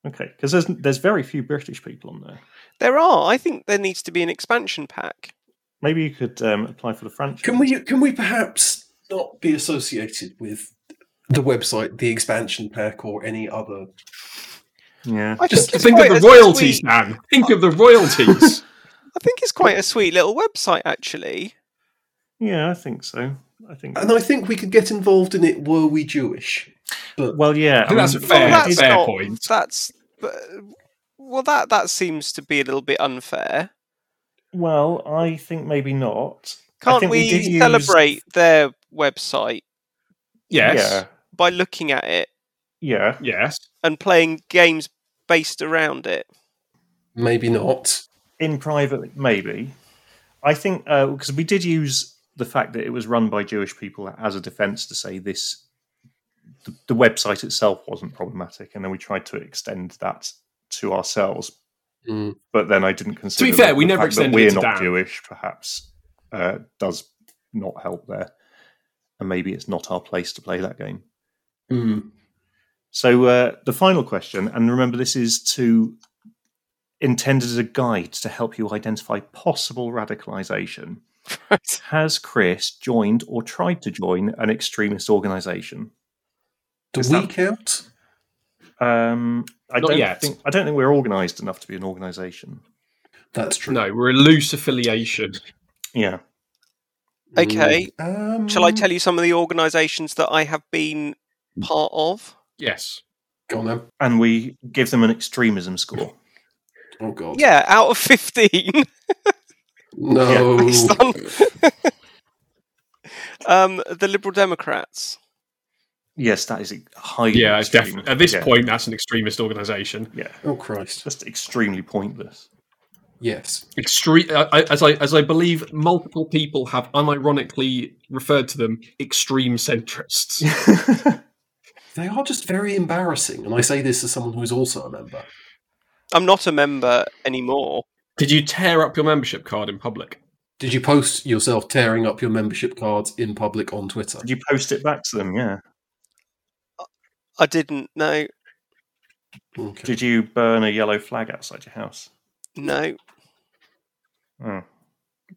S5: Okay, because there's there's very few British people on there.
S2: There are. I think there needs to be an expansion pack.
S5: Maybe you could um, apply for the franchise.
S1: Can we? Can we perhaps not be associated with the website, the expansion pack, or any other.
S5: Yeah.
S2: I
S1: Just
S2: think it's
S3: Think
S2: quite
S3: of
S2: a
S3: the royalties,
S2: sweet-
S3: Dan. Think of the royalties.
S2: I think it's quite a sweet little website, actually.
S5: Yeah, I think so. I think.
S1: And I think we could get involved in it were we Jewish. But
S5: well, yeah.
S3: I think that's a fair,
S2: well, Oh, that's
S3: fair
S2: not-
S3: point.
S2: That's but, well, that that seems to be a little bit unfair.
S5: Well, I think maybe not. I
S2: Can't
S5: think
S2: we,
S5: we did use-
S2: celebrate their website
S3: Yes.
S2: by looking at it
S5: Yeah.
S3: Yes.
S2: and playing games based around it?
S1: maybe not.
S5: Yeah. In private, maybe. I think because we did use the fact that it was run by Jewish people as a defense to say this, the, the website itself wasn't problematic, and then we tried to extend that to ourselves.
S1: Mm.
S5: But then I didn't consider.
S3: fair,
S5: that
S3: we
S5: the
S3: never
S5: fact that
S3: extended
S5: We're
S3: it to
S5: not
S3: Dan.
S5: Jewish, perhaps, uh, does not help there, and maybe it's not our place to play that game.
S1: Mm.
S5: So uh, the final question, and remember, this is to intended as a guide to help you identify possible radicalization.
S2: Right.
S5: Has Chris joined or tried to join an extremist organization?
S1: Do
S5: Is
S1: we
S5: that-
S1: count?
S5: Um, I
S3: Not
S5: don't
S3: yet.
S5: think I don't think we're organized enough to be an organization.
S1: That's true.
S3: No, we're a loose affiliation.
S5: Yeah.
S2: Okay.
S1: Um,
S2: Shall I tell you some of the organisations that I have been part of?
S3: Yes.
S1: Go on then.
S5: And we give them an extremism score.
S1: Oh God.
S2: Yeah, out of fifteen.
S1: No.
S2: based on um, the Liberal Democrats.
S5: yes, that is highly.
S3: Yeah, it's
S5: extreme.
S3: definitely at this
S5: Yeah,
S3: point that's an extremist organisation.
S5: Yeah,
S1: Oh Christ.
S5: just extremely pointless.
S1: Yes.
S3: Extreme, I, I- as I as I believe, multiple people have unironically referred to them extreme centrists.
S1: They are just very embarrassing, and I say this as someone who is also a member.
S2: I'm not a member anymore.
S3: Did you tear up your membership card in public?
S1: Did you post yourself tearing up your membership cards in public on Twitter?
S5: you post it back to them? Yeah.
S2: I didn't. No,
S1: Okay.
S5: Did you burn a yellow flag outside your house?
S2: no.
S5: Oh.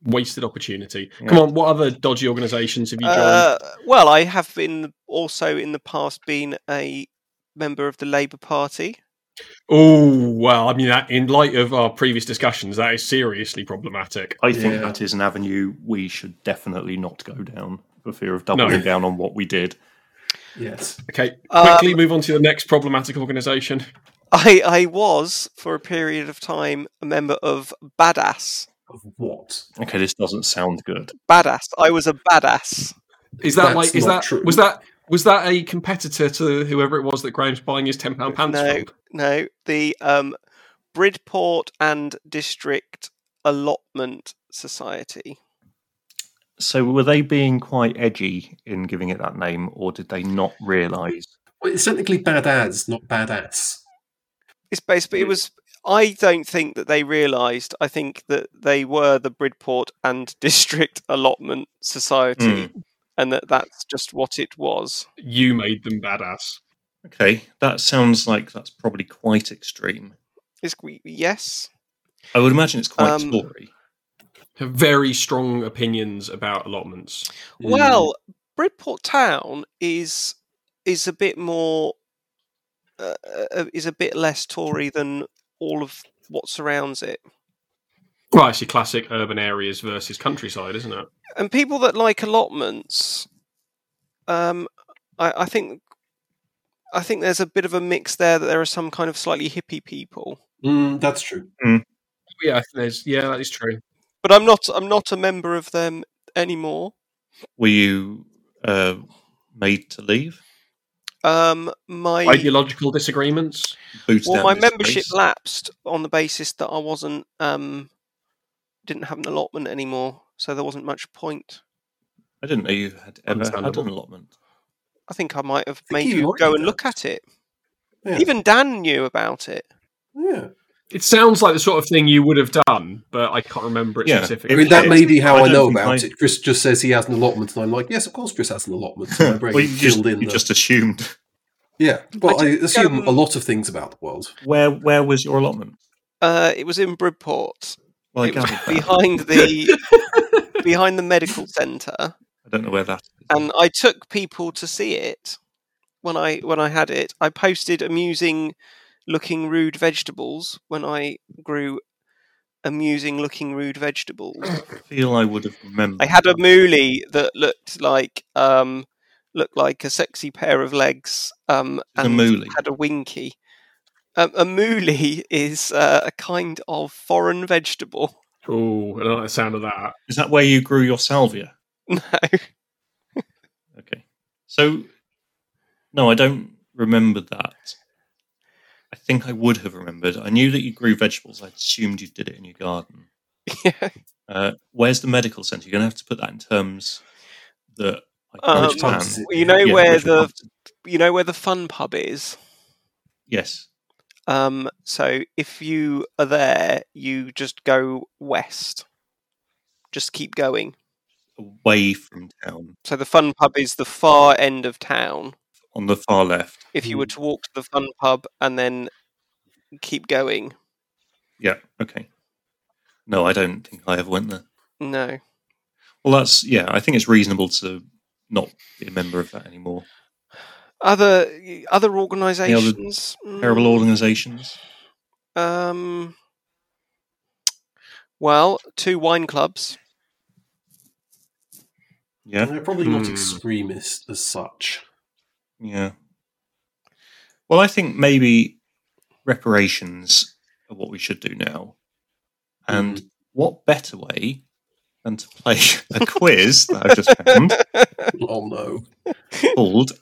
S3: Wasted opportunity.
S5: Yeah.
S3: Come on, what other dodgy organisations have you joined?
S2: Uh, well, I have been also in the past been a member of the Labour Party.
S3: oh well, I mean, that, in light of our previous discussions, that is seriously problematic.
S5: I think
S1: Yeah.
S5: that is an avenue we should definitely not go down for fear of doubling
S3: No.
S5: down on what we did.
S1: Yes.
S3: Okay,
S2: Um,
S3: quickly move on to the next problematic organisation.
S2: I, I was for a period of time a member of Badass.
S1: Of what?
S5: Okay, this doesn't sound good.
S2: Badass. I was a badass.
S3: Is that
S1: That's
S3: like? Is
S1: not
S3: that
S1: true.
S3: was that was that a competitor to whoever it was that Graham's buying his ten pound pants
S2: No.
S3: from?
S2: No, the um, Bridport and District Allotment Society.
S5: So, were they being quite edgy in giving it that name, or did they not realise?
S1: Well, it's technically badass, not badass.
S2: It's basically it was. I don't think that they realised. I think that they were the Bridport and District Allotment Society, and that that's just what it was.
S3: You made them badass.
S5: Okay, that sounds like that's probably quite extreme.
S2: It's, yes,
S5: I would imagine it's quite
S2: Um,
S5: story.
S3: Have very strong opinions about allotments.
S1: Mm.
S2: Well, Bridport Town is is a bit more uh, uh, is a bit less Tory than all of what surrounds it.
S3: Right, it's your classic urban areas versus countryside, isn't it?
S2: And people that like allotments, um, I, I think I think there's a bit of a mix there that there are some kind of slightly hippie people.
S1: Mm, that's true.
S3: Yeah, there's yeah, that is true.
S2: But I'm not I'm not a member of them anymore.
S5: Were you uh, made to leave?
S2: Um, my
S3: Ideological disagreements.
S5: Booted
S2: well,
S5: out
S2: my
S5: of this
S2: membership
S5: place?
S2: lapsed on the basis that I wasn't um, didn't have an allotment anymore, so there wasn't much point.
S5: I didn't know you had ever had an
S3: Understandable.
S5: allotment.
S2: I think I might have
S1: think
S2: made
S1: you
S2: you
S1: liked
S2: go and
S1: that.
S2: look at it.
S1: Yeah.
S2: Even Dan knew about it.
S1: yeah.
S3: It sounds like the sort of thing you would have done, but I can't remember it
S5: Yeah.
S1: I
S3: specifically.
S1: mean, that may be how
S5: I
S1: I,
S5: don't
S1: know
S5: think
S1: about
S5: I-
S1: it. Chris just says he has an allotment, and I'm like, yes, of course, Chris has an allotment. So my brain
S5: Well, you just,
S1: filled in.
S5: you
S1: the-
S5: just assumed.
S1: yeah. Well, I,
S2: I just,
S1: assume
S2: um,
S1: a lot of things about the world.
S5: Where where was your allotment?
S2: Uh, it was in Bridport.
S5: Well, I
S2: it was
S5: gathered that.
S2: behind the behind the medical centre.
S5: I don't know where that
S2: and I took people to see it when I when I had it. I posted amusing looking rude vegetables when I grew amusing looking rude vegetables.
S5: I feel I would have remembered.
S2: I had a moolie that looked like um looked like a sexy pair of legs um
S5: A
S2: and
S5: moolie?
S2: had a winky. Um, a moolie is uh, a kind of foreign vegetable.
S3: Oh, I don't like the sound of that.
S5: Is that where you grew your salvia?
S2: No.
S5: Okay. So, no, I don't remember that. I think I would have remembered. I knew that you grew vegetables. I assumed you did it in your garden.
S2: yeah.
S5: Uh, where's the medical centre? You're going to have to put that in terms that I
S2: Um,
S5: don't
S1: Which part is
S5: understand.
S1: it?
S2: You know
S5: Yeah,
S2: where
S5: which
S2: the
S5: part-
S2: you know where the fun pub is.
S5: Yes.
S2: Um, so if you are there, you just go west. Just keep going.
S5: Away from town,
S2: So the fun pub is the far end of town.
S5: on the far left.
S2: If you were to walk to the fun pub and then keep going,
S5: Yeah. Okay. No, I don't think I ever went there.
S2: no.
S5: Well, that's yeah. I think it's reasonable to not be a member of that anymore.
S2: Other other organisations. Mm,
S5: Terrible organisations.
S2: Um. Well, two wine clubs.
S5: Yeah.
S1: They're probably not
S3: Hmm.
S1: extremist as such.
S5: Yeah. Well, I think maybe reparations are what we should do now. And what better way than to play a quiz that I've just found
S1: Oh no.
S5: called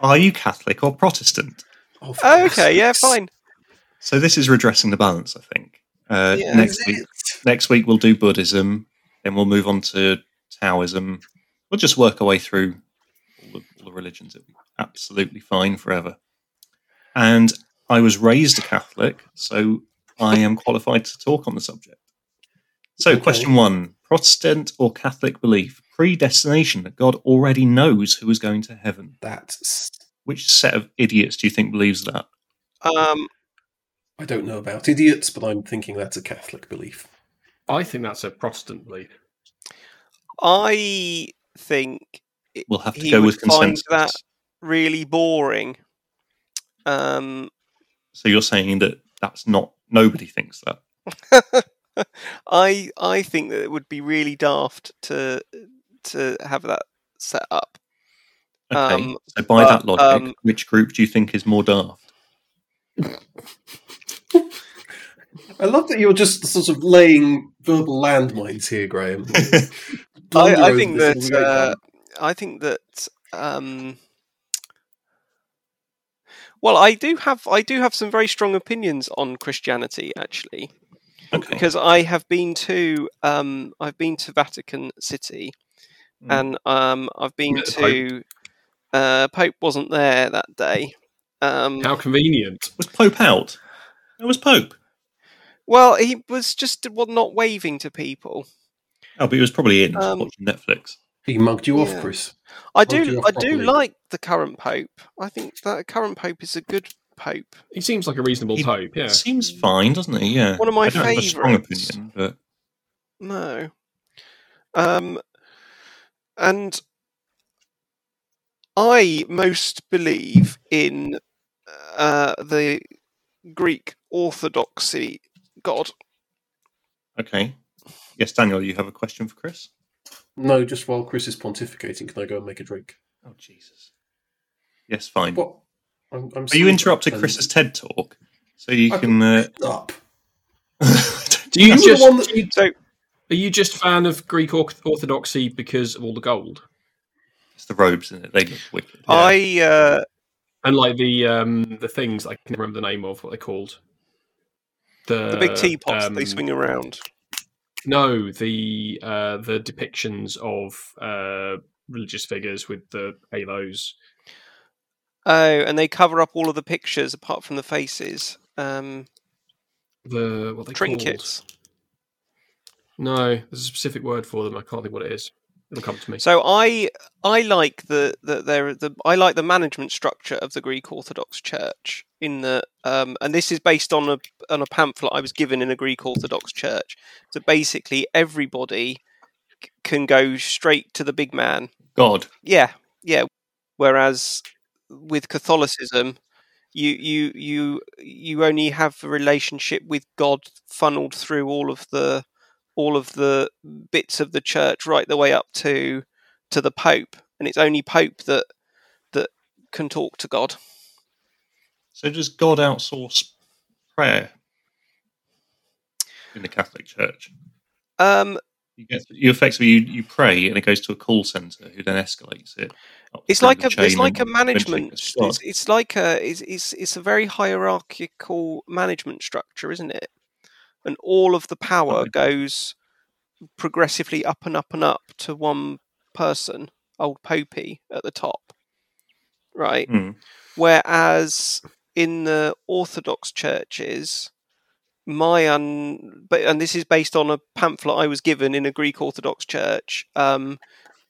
S5: Are You Catholic or Protestant?
S1: Oh, for
S2: Oh,
S1: God's
S2: okay, yeah,
S1: sakes.
S2: fine.
S5: So this is redressing the balance, I think. Uh,
S2: Yeah.
S5: next week, next week we'll do Buddhism, then we'll move on to Taoism. We'll just work our way through all the, all the religions. It'll be absolutely fine forever. And I was raised a Catholic, so I am qualified to talk on the subject. So,
S1: Okay.
S5: question one Protestant or Catholic belief? Predestination that God already knows who is going to heaven.
S1: That's
S5: Which set of idiots do you think believes that?
S2: Um,
S1: I don't know about idiots, but I'm thinking that's a Catholic belief.
S3: I think that's a Protestant belief.
S2: I think
S5: We'll have to
S2: He
S5: go
S2: would
S5: with
S2: find
S5: consensus.
S2: that- really boring. Um,
S5: So you're saying that that's not nobody thinks that.
S2: I I think that it would be really daft to to have that set up.
S5: Okay.
S2: Um,
S5: so by
S2: but,
S5: that logic,
S2: um,
S5: which group do you think is more daft?
S1: I love that you're just sort of laying verbal landmines here, Graham. Blunder
S2: I, I
S1: over
S2: think
S1: this and
S2: that
S1: we'll go
S2: uh,
S1: down.
S2: I think that um, well, I do have I do have some very strong opinions on Christianity actually
S5: Okay.
S2: because I have been to um, I've been to Vatican City
S5: Mm.
S2: and um, I've been
S3: Met the Pope.
S2: to uh, Pope wasn't there that day. Um,
S3: How convenient.
S5: Was Pope out? It was Pope.
S2: Well, he was just well, not waving to people.
S5: Oh, but he was probably in
S2: Um,
S5: watching Netflix.
S1: He mugged you off,
S2: yeah.
S1: Chris.
S2: I
S1: Told you
S2: do,
S1: off
S2: I do
S1: properly.
S2: like the current pope. I think that current pope is a good pope.
S3: He seems like a reasonable
S5: He-
S3: pope, yeah.
S5: Seems fine, doesn't he? Yeah.
S2: One of my
S5: I don't have a strong
S2: favourites.
S5: opinion, but
S2: No, um, and I most believe in uh, the Greek Orthodoxy God.
S5: okay. Yes, Daniel, you have a question for Chris?
S1: No, just while Chris is pontificating, can I go and make a drink?
S5: Oh Jesus. Yes, fine.
S1: What? I'm, I'm
S5: Are you
S1: sleeping
S5: interrupted
S1: and-
S5: Chris's TED talk? So you
S1: I've-
S5: can. Uh,
S1: Up.
S5: I don't-
S3: Do you
S1: That's the
S3: just
S1: one that-
S3: do you-
S2: So-
S3: are you just fan of Greek or- Orthodoxy because of all the gold
S5: it's the robes in it. They look wicked.
S2: I uh,
S3: and like the um the things I can remember the name of what they're called. The,
S2: the big teapots
S3: um,
S2: they swing around.
S3: No, the uh, the depictions of uh, religious figures with the halos.
S2: Oh, and they cover up all of the pictures apart from the faces. Um,
S3: The what are they
S2: trinkets.
S3: Called? No, there's a specific word for them. I can't think what it is. It'll come to me.
S2: So I I like the the, there the I like the management structure of the Greek Orthodox Church in the um, and this is based on a on a pamphlet I was given in a Greek Orthodox Church. So basically, everybody c- can go straight to the big man.
S5: God.
S2: Yeah, yeah. Whereas with Catholicism, you you you you only have a relationship with God funneled through all of the all of the bits of the church right the way up to to the Pope, and it's only Pope that that can talk to God.
S5: So does God outsource prayer in the Catholic Church?
S2: Um,
S5: You get you effectively you, you pray and it goes to a call center who then escalates it. up
S2: it's
S5: through
S2: like
S5: the
S2: a it's
S5: chain
S2: like a
S5: and eventually
S2: management
S5: gets to God.
S2: it's, it's like a it's, it's it's a very hierarchical management structure isn't it and all of the power
S5: Right.
S2: goes progressively up and up and up to one person old popey at the top right
S5: Hmm.
S2: whereas in the orthodox churches my un but and this is based on a pamphlet i was given in a greek orthodox church um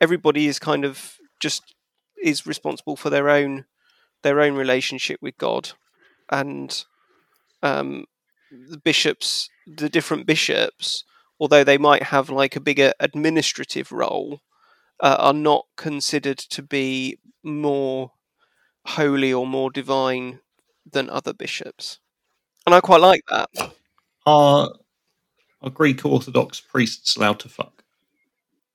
S2: everybody is kind of just is responsible for their own their own relationship with god and um the bishops the different bishops although they might have like a bigger administrative role uh, are not considered to be more holy or more divine than other bishops. And I quite like that.
S5: Are are Greek Orthodox priests allowed to fuck?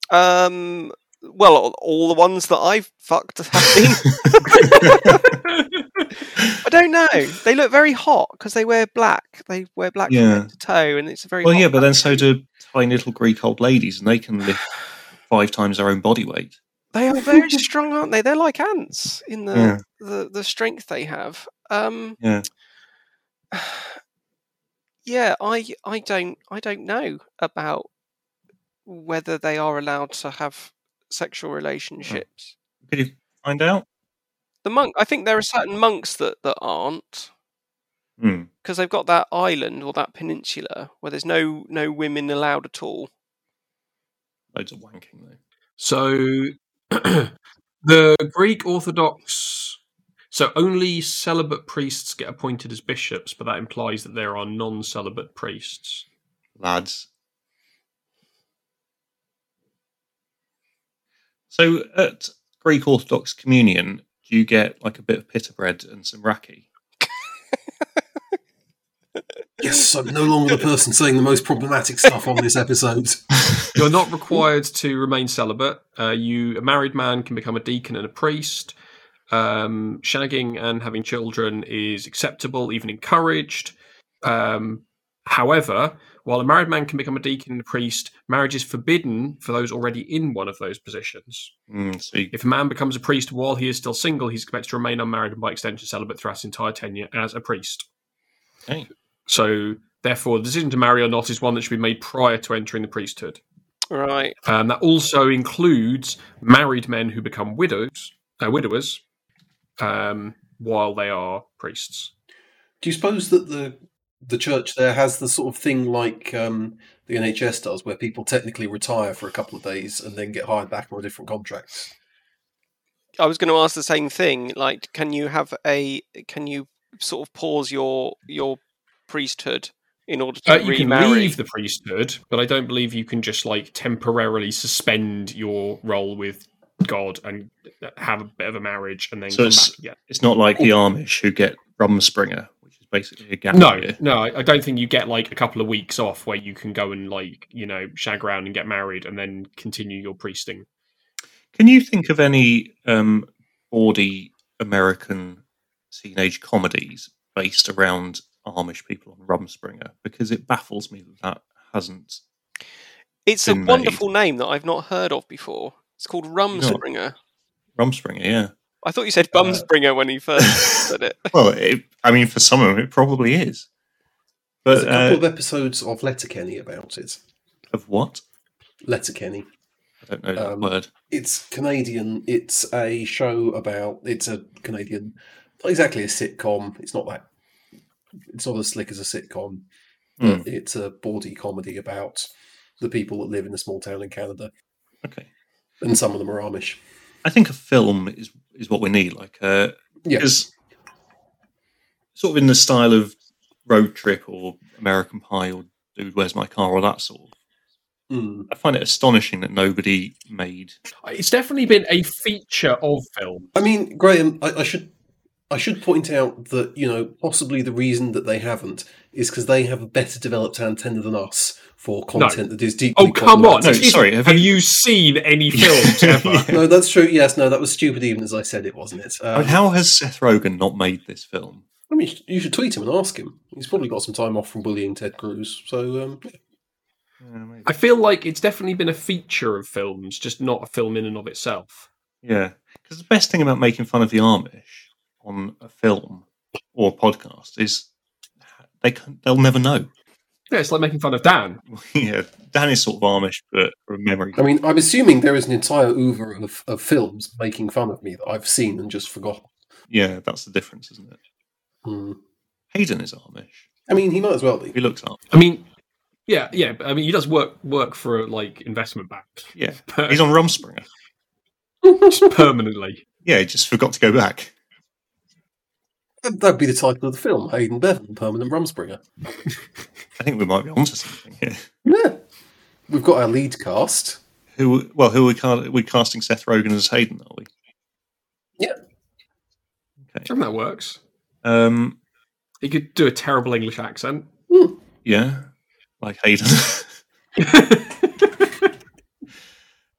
S2: Um, well, all- all the ones that I've fucked have been. I don't know. They look very hot because they wear black. They wear black from
S5: Yeah.
S2: head to toe, and it's a very
S5: Well,
S2: hot
S5: yeah, but then so
S2: country.
S5: do tiny little Greek old ladies, and they can lift five times their own body weight.
S2: They are very strong, aren't they? They're like ants in the
S5: Yeah.
S2: the, the strength they have. Um,
S5: Yeah.
S2: yeah, I I don't I don't know about whether they are allowed to have sexual
S5: Hmm.
S2: relationships.
S5: Could you find out?
S2: The monk, I think there are certain monks that that aren't
S5: Hmm.
S2: because they've got that island or that peninsula where there's no no women allowed at all.
S5: Loads of wanking though.
S3: So the Greek Orthodox. So only celibate priests get appointed as bishops, but that implies that there are non-celibate priests.
S5: lads. So at Greek Orthodox communion, do you get like a bit of pita bread and some raki?
S1: Yes, I'm no longer the person saying the most problematic stuff on this episode.
S3: You're not required to remain celibate. Uh, you, a married man, can become a deacon and a priest. Um, shagging and having children is acceptable, even encouraged. Um, however, while a married man can become a deacon and a priest, marriage is forbidden for those already in one of those positions.
S5: Mm, so you,
S3: If a man becomes a priest while he is still single, he's expected to remain unmarried and by extension celibate throughout his entire tenure as a priest.
S5: okay.
S3: So, therefore, the decision to marry or not is one that should be made prior to entering the priesthood.
S2: Right.
S3: Um, that also includes married men who become widows, uh, widowers, um, while they are priests.
S1: Do you suppose that the the church there has the sort of thing like um, the NHS does, where people technically retire for a couple of days and then get hired back on a different contract?
S2: I was going to ask the same thing. Like, can you have a can you sort of pause your your priesthood in order to
S3: Uh, you can
S2: remarry?
S3: leave the priesthood, but I don't believe you can just like temporarily suspend your role with God and uh, have a bit of a marriage and then
S5: So
S3: come
S5: it's-
S3: back again.
S5: It's not like the Amish who get Rumspringer, which is basically a gap
S3: No,
S5: year.
S3: no, I I don't think you get like a couple of weeks off where you can go and like you know shag around and get married and then continue your priesting.
S5: Can you think of any um, bawdy American teenage comedies based around Amish people on Rumspringer? Because it baffles me that that hasn't.
S2: It's a
S5: been made.
S2: wonderful name that I've not heard of before. It's called Rumspringer.
S5: Rumspringer, yeah.
S2: I thought you said
S5: Uh,
S2: Bumspringer when he first said it.
S5: Well, it, I mean, for some of them, it probably is.
S1: There's a
S5: But
S1: couple
S5: uh,
S1: of episodes of Letterkenny about it.
S5: of what?
S1: Letterkenny.
S5: I don't know that
S1: Um,
S5: word.
S1: It's Canadian. It's a show about. It's a Canadian. Not exactly a sitcom. It's not that. It's not as slick as a sitcom. But
S3: Hmm.
S1: It's a bawdy comedy about the people that live in a small town in Canada,
S5: Okay,
S1: and some of them are Amish.
S5: I think a film is is what we need. Like, uh,
S1: Yes.
S5: because sort of in the style of Road Trip or American Pie or Dude, Where's My Car or that sort.
S1: Mm.
S5: I find it astonishing that nobody made.
S3: Uh, It's definitely been a feature of film.
S1: I mean, Graham, I, I should I should point out that you know possibly the reason that they haven't is because they have a better developed antenna than us for content that is deeply.
S3: Oh come on!
S1: problematic.
S5: No,
S3: Excuse me,
S5: sorry,
S3: Have,
S5: have
S3: you seen any films ever?
S1: No, that's true. Yes, no, that was stupid. Even as I said it, wasn't it?
S5: I
S1: Um,
S5: mean, how has Seth Rogen not made this film?
S1: I mean, you should tweet him and ask him. He's probably got some time off from bullying Ted Cruz. So, um,
S3: I feel like it's definitely been a feature of films, just not a film in and of itself.
S5: Yeah, because the best thing about making fun of the Amish on a film or podcast is they can, they'll never know.
S3: Yeah, it's like making fun of Dan.
S5: yeah, Dan is sort of Amish, but from memory.
S1: I mean, I'm assuming there is an entire oeuvre of, of films making fun of me that I've seen and just forgotten.
S5: Yeah, that's the difference, isn't it?
S1: Hmm.
S5: Hayden is Amish.
S1: I mean, he might as well be.
S5: He looks up.
S3: I mean, yeah, yeah. but I mean, he does work work for a, like investment bank.
S5: Yeah,
S3: But
S5: he's on Rumspringer.
S3: permanently.
S5: Yeah, he just forgot to go back.
S1: That would be the title of the film: Hayden Bevan, Permanent Rumspringer.
S5: I think we might be onto something here.
S1: Yeah, we've got our lead cast.
S5: Who? Well, who are we, ca- we casting? Seth Rogen as Hayden, are we?
S3: Do you reckon that works?
S5: Um,
S3: He could do a terrible English accent.
S5: yeah, like Hayden.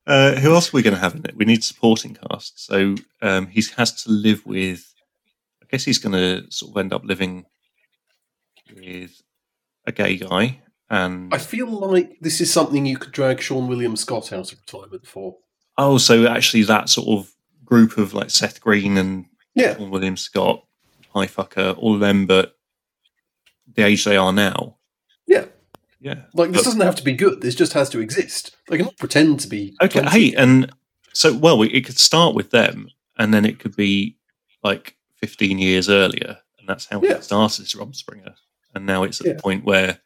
S5: Uh, who else are we going to have in it? We need supporting cast. So um, he has to live with. I guess he's going to sort of end up living with a gay guy, and
S1: I feel like this is something you could drag Sean William Scott out of retirement for.
S5: oh, so actually that sort of group of like Seth Green and
S1: Yeah,
S5: Sean William Scott, High Fucker, all of them, but the age they are now.
S1: Yeah.
S5: yeah.
S1: like this
S5: But-
S1: doesn't have to be good. This just has to exist. They cannot pretend to be.
S5: Okay.
S1: 20.
S5: Hey, and so well, we, it could start with them, and then it could be like 15 years earlier, and that's how
S1: Yeah.
S5: it started as Rob Springer, and now it's at
S1: Yeah.
S5: the point where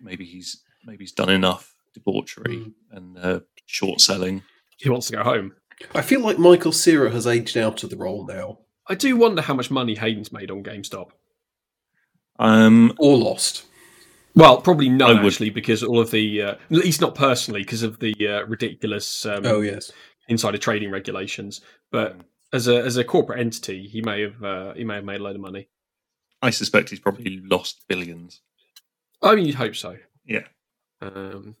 S5: maybe he's maybe he's done enough debauchery
S1: Mm.
S5: and uh, short selling.
S3: He wants to go home.
S1: I feel like Michael Cera has aged out of the role now,
S3: I do wonder how much money Hayden's made on GameStop.
S5: Um,
S1: or lost.
S3: Well, probably
S5: I
S3: none
S5: would-
S3: actually, because all of the uh, at least not personally, because of the uh, ridiculous um,
S1: Oh yes,
S3: insider trading regulations. But as a as a corporate entity, he may have uh, he may have made a load of money.
S5: I suspect he's probably lost billions.
S3: I mean, you'd hope so.
S5: Yeah.
S3: Um,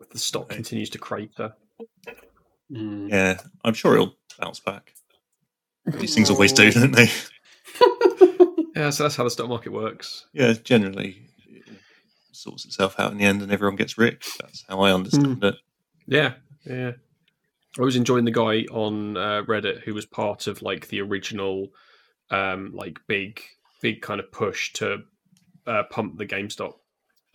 S3: if the stock continues to crater.
S1: Mm.
S5: Yeah, I'm sure he'll bounce back. These things always
S1: Oh.
S5: do, don't they?
S3: Yeah, so that's how the stock market works.
S5: yeah, generally. It sorts itself out in the end, and everyone gets rich. That's how
S1: Mm.
S5: I understand it.
S3: Yeah, yeah. I was enjoying the guy on uh, Reddit who was part of like the original, um, like big, big kind of push to uh, pump the GameStop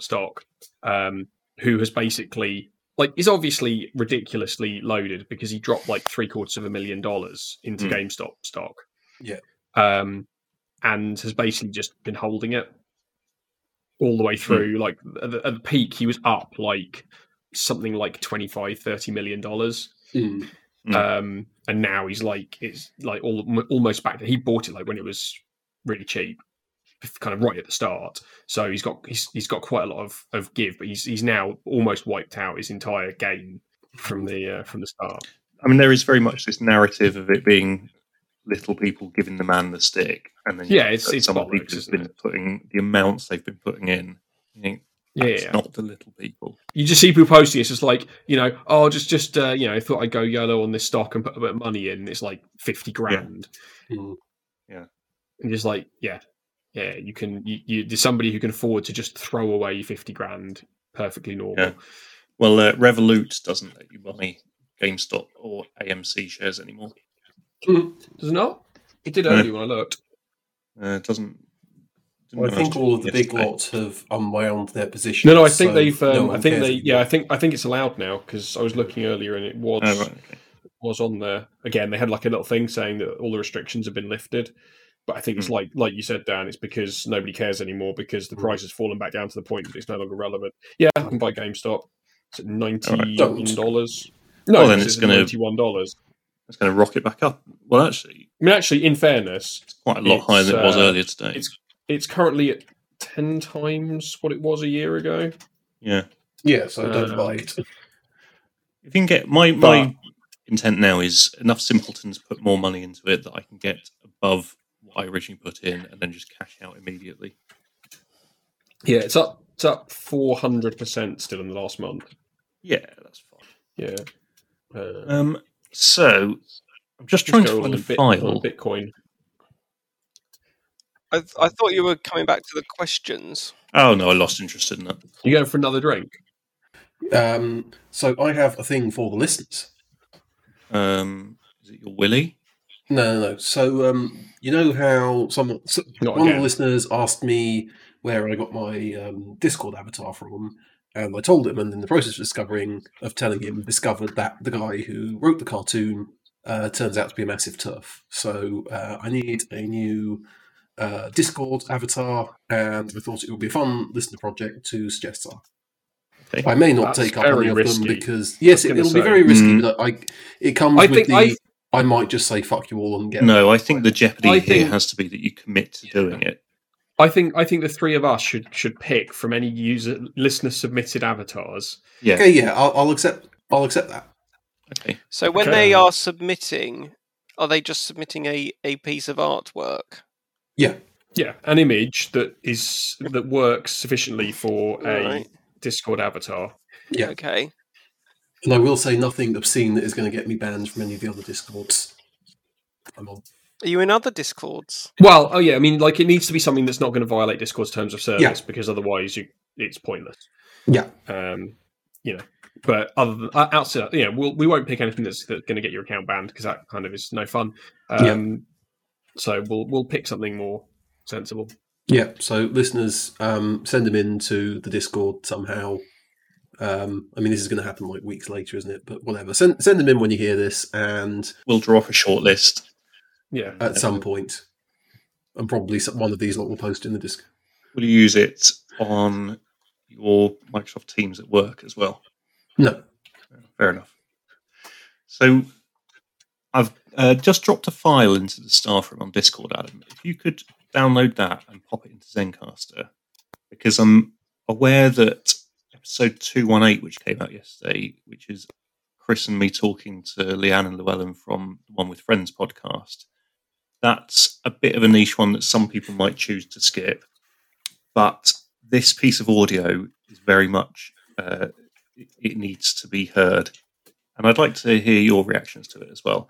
S3: stock. Um, who has basically like is obviously ridiculously loaded because he dropped like three quarters of a million dollars into
S5: Hmm.
S3: GameStop stock.
S1: Yeah.
S3: Um, and has basically just been holding it all the way through. Like at the, at the peak, he was up like something like 25 30 million dollars
S1: Mm.
S5: Mm.
S3: um and now he's like it's like all, almost back he bought it like when it was really cheap kind of right at the start so he's got he's, he's got quite a lot of of give but he's he's now almost wiped out his entire gain from the uh, from the start
S5: I mean, there is very much this narrative of it being little people giving the man the stick, and then you
S3: Yeah,
S5: look
S3: it's-
S5: at
S3: it's
S5: some of the
S3: bollocks,
S5: people who've
S3: isn't
S5: been putting the amounts they've been putting in. You think
S3: yeah,
S5: that's not the little people.
S3: you just see people posting it's just like you know oh just just uh, you know I thought i'd go yellow on this stock and put a bit of money in it's like 50 grand
S1: Mm.
S3: and just like yeah yeah you can you, you there's somebody who can afford to just throw away 50 grand perfectly normal
S5: Yeah. Well, uh, Revolut doesn't let you buy GameStop or AMC shares anymore.
S3: does it not it did
S5: No.
S3: earlier when i looked
S5: Uh, it doesn't. didn't
S1: Well, I
S5: know
S1: think
S5: was
S1: all of the big
S5: yesterday.
S1: lot have unwound their position.
S3: no no i think
S1: so
S3: they've
S1: no
S3: um,
S1: one
S3: i think
S1: cares
S3: they
S1: anymore.
S3: yeah i think i think it's allowed now because i was looking earlier and it was
S5: Oh, right, okay.
S3: was on there again they had like a little thing saying that all the restrictions have been lifted but i think it's
S5: Hmm.
S3: like like you said dan it's because nobody cares anymore because the price has fallen back down to the point that it's no longer relevant yeah i can buy gamestop it's at 91 dollars no
S5: Well, then
S3: it's,
S5: it's
S3: it's
S5: gonna-
S3: 91 dollars
S5: It's going to rocket back up. Well, actually,
S3: I mean, actually, in fairness,
S5: it's quite a lot
S3: It's,
S5: higher than it was
S3: uh,
S5: earlier today.
S3: it's currently at ten times what it was a year ago.
S5: Yeah,
S1: Yeah, so don't
S3: Uh,
S1: buy it.
S5: If you can get my
S1: But-
S5: my intent now is enough simpletons put more money into it that I can get above what I originally put in and then just cash out immediately.
S3: Yeah, it's up. It's up four hundred percent still in the last month.
S5: Yeah, that's fine.
S3: Yeah. Uh,
S5: Um, so I'm just trying
S3: just go
S5: to
S3: all
S5: find a
S3: in Bit- all in
S5: file.
S3: Bitcoin.
S2: I, th- I thought you were coming back to the questions.
S5: Oh no, I lost interest in that.
S3: You going for another drink?
S1: Um, so I have a thing for the listeners.
S5: Um, is it your Willy?
S1: No, no, no. So um, you know how some so
S3: Not
S1: one of the
S3: again.
S1: listeners asked me where I got my um, Discord avatar from, and I told him, and in the process of discovering of telling him, discovered that the guy who wrote the cartoon uh, turns out to be a massive turf. So uh, I need a new uh, Discord avatar, and I thought it would be a fun listener project to suggest that.
S5: Okay.
S1: I may not
S3: That's
S1: take up
S3: very
S1: any of
S3: risky.
S1: them because yes,
S3: I
S1: it,
S3: was gonna
S1: it'll be
S3: say.
S1: very risky.
S5: Mm.
S1: But I, it comes
S3: I
S1: with
S3: think
S1: the.
S3: I-
S1: I might just say fuck you all and get
S5: No, I think the jeopardy
S3: I
S5: here
S3: think-
S5: has to be that you commit to doing it.
S3: I think I think the three of us should should pick from any user listener submitted avatars.
S5: Yeah.
S1: Okay, yeah, I'll, I'll accept. I'll accept that.
S5: Okay.
S2: So when
S3: Okay.
S2: they are submitting, are they just submitting a, a piece of artwork?
S3: Yeah, an image that is that works sufficiently for a
S2: Right.
S3: Discord avatar.
S1: Yeah.
S2: Okay.
S1: And I will say nothing obscene that is going to get me banned from any of the other discords. I'm on.
S2: Are you in other discords?
S3: Well, oh yeah, I mean, like it needs to be something that's not going to violate Discord's terms of service because otherwise, you, it's pointless.
S1: Yeah.
S3: um, you know. But other than uh, outside, yeah, we'll, we won't pick anything that's, that's going to get your account banned because that kind of is no fun. Um,
S1: Yeah.
S3: So we'll we'll pick something more sensible.
S1: Yeah. So listeners, um, send them in to the Discord somehow. Um, I mean, this is going to happen like weeks later, isn't it? But whatever. Send send them in when you hear this, and
S5: We'll draw up a short list.
S3: Yeah,
S1: at some point, and probably some, one of these lot will post in the disc.
S5: Will you use it on your Microsoft Teams at work as well?
S1: No.
S5: Fair enough. So I've uh, just dropped a file into the staff room on Discord, Adam. If you could download that and pop it into Zencaster, because I'm aware that episode 218, which came out yesterday, which is Chris and me talking to Leanne and Llewellyn from the One with Friends podcast, that's a bit of a niche one that some people might choose to skip. But this piece of audio is very much. Uh, it- it needs to be heard. And I'd like to hear your reactions to it as well.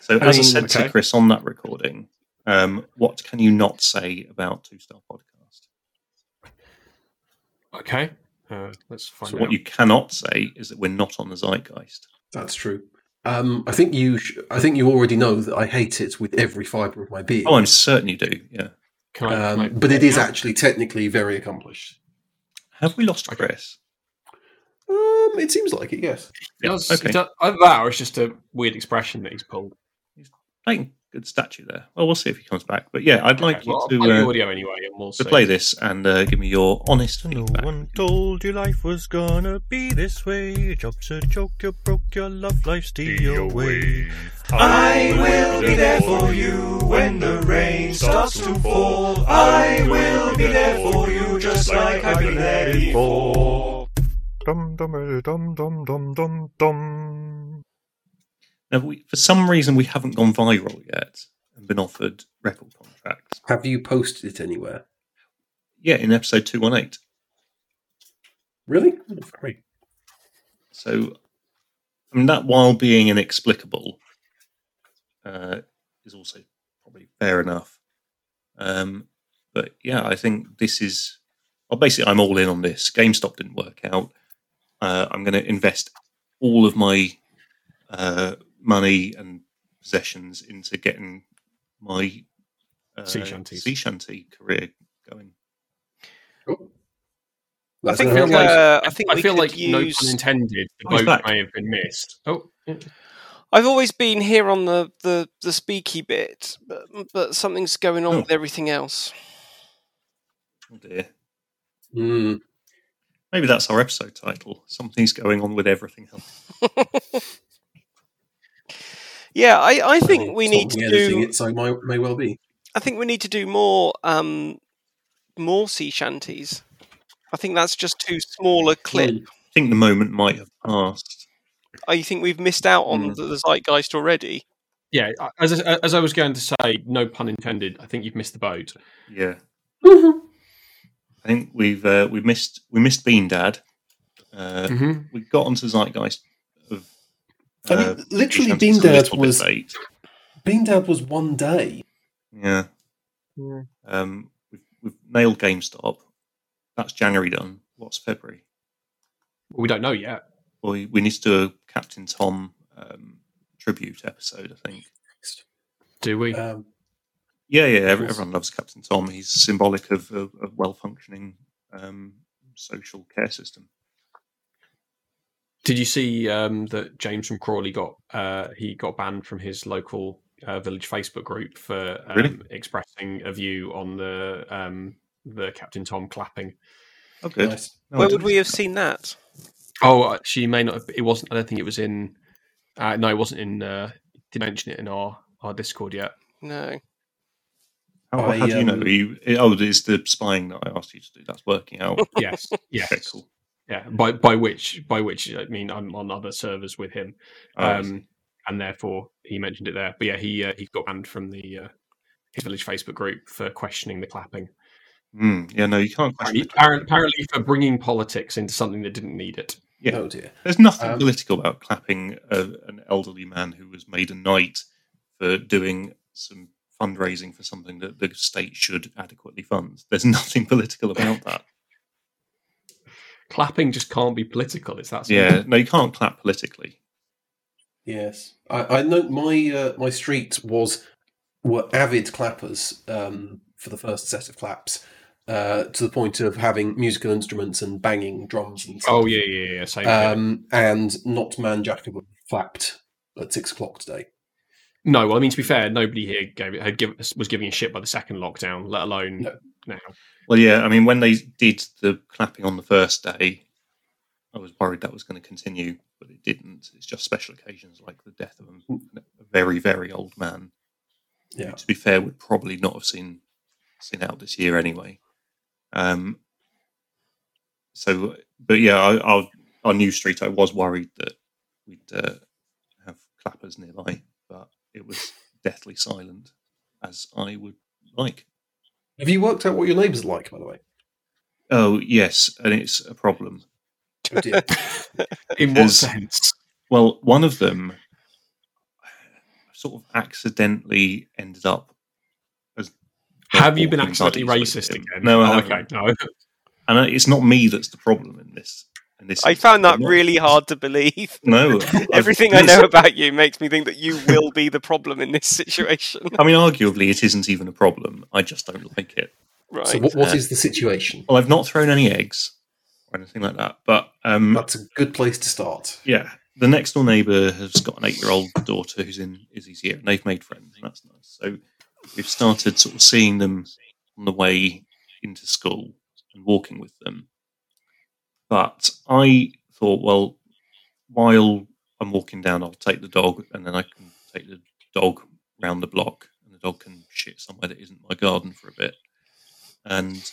S5: So, as I
S1: mean,
S5: said
S3: okay.
S5: to Chris on that recording, um, what can you not say about Two Star Podcast?
S3: okay. Uh, let's find
S5: So,
S3: out.
S5: what you cannot say is that we're not on the zeitgeist.
S1: That's true. Um, I think you. Sh- I think you already know that I hate it with every fibre of my being.
S5: Oh, I'm certain you do. Yeah.
S3: Can I- can I
S1: um, but it is
S3: Yeah.
S1: actually technically very accomplished.
S5: Have we lost Chris?
S1: Um, it seems like it, yes.
S3: It
S5: Yeah,
S3: does-
S5: okay.
S3: it does- either that or it's just a weird expression that he's pulled.
S5: Playing good statue there. Well, we'll see if he comes back. But yeah, I'd like
S3: Okay, well, I'll
S5: you
S3: play the
S5: to, uh,
S3: audio anyway, and we'll
S5: to
S3: see.
S5: play this and uh, give me your honest
S4: No
S5: feedback.
S4: one told you life was gonna be this way. Job's a joke, you broke your love life, steal your way. I will be there for you when the rain starts to fall. I will be there for you just like I've been there before. Dum dum dum dum dum dum dum.
S5: Now, we, for some reason, we haven't gone viral yet and been offered record contracts.
S1: Have you posted it anywhere?
S5: Yeah, in episode 218.
S1: Really? Oh, Very.
S5: So, I mean, that while being inexplicable uh, is also probably fair enough. Um, but yeah, I think this is. Well, basically, I'm all in on this. GameStop didn't work out. Uh, I'm going to invest all of my uh, money and possessions into getting my uh,
S3: Sea shanties.
S5: sea shanty career going.
S1: Cool.
S2: I
S1: That's
S2: think,
S1: an
S3: feel
S1: amount.
S3: like-
S2: uh, I think
S3: I
S2: we
S3: feel
S2: could
S3: like no
S2: use-
S3: pun intended. The
S5: Oh, he's
S3: vote
S5: back.
S3: may have been missed. Oh, yeah.
S2: I've always been here on the, the, the speaky bit, but, but something's going on
S5: Oh.
S2: with everything else.
S5: Oh dear.
S1: Hmm.
S5: Maybe that's our episode title. Something's going on with everything else.
S2: Yeah, I, I think we
S1: It's not
S2: need
S1: me
S2: to
S1: editing
S2: do.
S1: it, so may, may well be.
S2: I think we need to do more um, more sea shanties. I think that's just too small a clip.
S1: Hmm.
S5: think the moment might have passed.
S2: Oh, you think we've missed out on
S5: Mm.
S2: the, the zeitgeist already?
S3: Yeah, I- as I, as I was going to say, no pun intended. I think you've missed the boat.
S5: Yeah, I think we've uh, we missed we missed Bean Dad. Uh,
S3: Mm-hmm.
S5: We got onto Zeitgeist. Of, uh,
S1: I mean,
S2: Uh,
S1: literally, Bean
S5: it's a
S1: Dad
S5: little bit
S1: was
S5: late.
S1: Bean Dad was one day.
S5: Yeah.
S2: Yeah.
S5: Um, we've, we've nailed GameStop. That's January done. What's February?
S3: We don't know yet.
S5: Well, we, we need to do a Captain Tom um, tribute episode, I think.
S3: Do we?
S5: Uh,
S1: Um,
S5: Yeah, yeah. Every,
S1: Yes.
S5: everyone loves Captain Tom. He's symbolic of a, a well-functioning um, social care system.
S3: Did you see um, that James from Crawley got uh, he got banned from his local uh, village Facebook group for um,
S5: Really?
S3: expressing a view on the um, the Captain Tom clapping?
S5: Oh, good.
S1: nice.
S5: No, I
S2: Where would
S5: didn't
S2: we
S5: see
S2: have
S5: that.
S2: seen that?
S3: Oh, uh, she may not. Have, it wasn't. I don't think it was in. Uh, no, it wasn't in. Uh, did mention it in our our Discord yet.
S2: No.
S5: How,
S1: I,
S5: how do you know?
S1: um,
S5: Are you, oh, it's the spying that I asked you to do. That's working out.
S3: Yes. yes.
S5: Okay, cool.
S3: Yeah. By by which by which I mean I'm on other servers with him.
S5: Oh, I see.
S3: um, and therefore he mentioned it there. But yeah, he uh, he got banned from the uh, his village Facebook group for questioning the clapping.
S5: Hmm, yeah, no, you can't question
S3: Apparently,
S5: it.
S3: apparent- apparently for bringing politics into something that didn't need it.
S5: Yeah.
S1: Oh dear.
S5: There's nothing
S1: Um,
S5: political about clapping a, an elderly man who was made a knight for doing some fundraising for something that the state should adequately fund. There's nothing political about that.
S3: Clapping just can't be political. It's that simple.
S5: yeah, no, you can't clap politically.
S1: Yes, I, I know my uh, my street was were avid clappers um, for the first set of claps, uh, to the point of having musical instruments and banging drums and stuff.
S3: Oh yeah, yeah, yeah. Same. here.
S1: Um, and not man Jacob clapped at six o'clock today.
S3: no, well, I mean to be fair, nobody here gave it had give, was giving a shit by the second lockdown, let alone
S1: No.
S3: now.
S5: Well, yeah, I mean, when they did the clapping on the first day, I was worried that was going to continue, but it didn't. It's just special occasions like the death of a a very, very old man. who,
S1: Yeah.
S5: To be fair, would probably not have seen seen out this year anyway. Um. So, but yeah, I, our our new street, I was worried that we'd uh, have clappers nearby, but it was deathly silent, as I would like.
S1: Have you worked out what your neighbours are like, by the way?
S5: Oh yes, and it's a problem.
S1: Oh dear.
S3: In what
S5: Because-
S3: sense?
S5: Well, one of them sort of accidentally ended up as.
S3: Have you been
S5: walking
S3: accidentally
S5: buddies with
S3: racist
S5: him.
S3: again?
S5: No, I
S3: Oh,
S5: haven't.
S3: okay, no.
S5: And I- it's not me that's the problem in this. In this
S2: I
S5: instance.
S2: found that
S5: I'm not-
S2: really hard to believe.
S5: No, I've-
S2: Everything I
S5: this-
S2: know about you makes me think that you will be the problem in this situation.
S5: I mean, arguably, it isn't even a problem. I just don't like it.
S2: Right.
S1: so, what, what
S5: Uh,
S1: is the situation?
S5: Well, I've not thrown any eggs or anything like that, but um,
S1: That's a good place to start.
S5: Yeah. The next door neighbour has got an eight year old daughter who's in Izzy's year, and they've made friends, and that's nice. So we've started sort of seeing them on the way into school and walking with them. But I thought, well, while I'm walking down, I'll take the dog, and then I can take the dog round the block, and the dog can shit somewhere that isn't my garden for a bit. And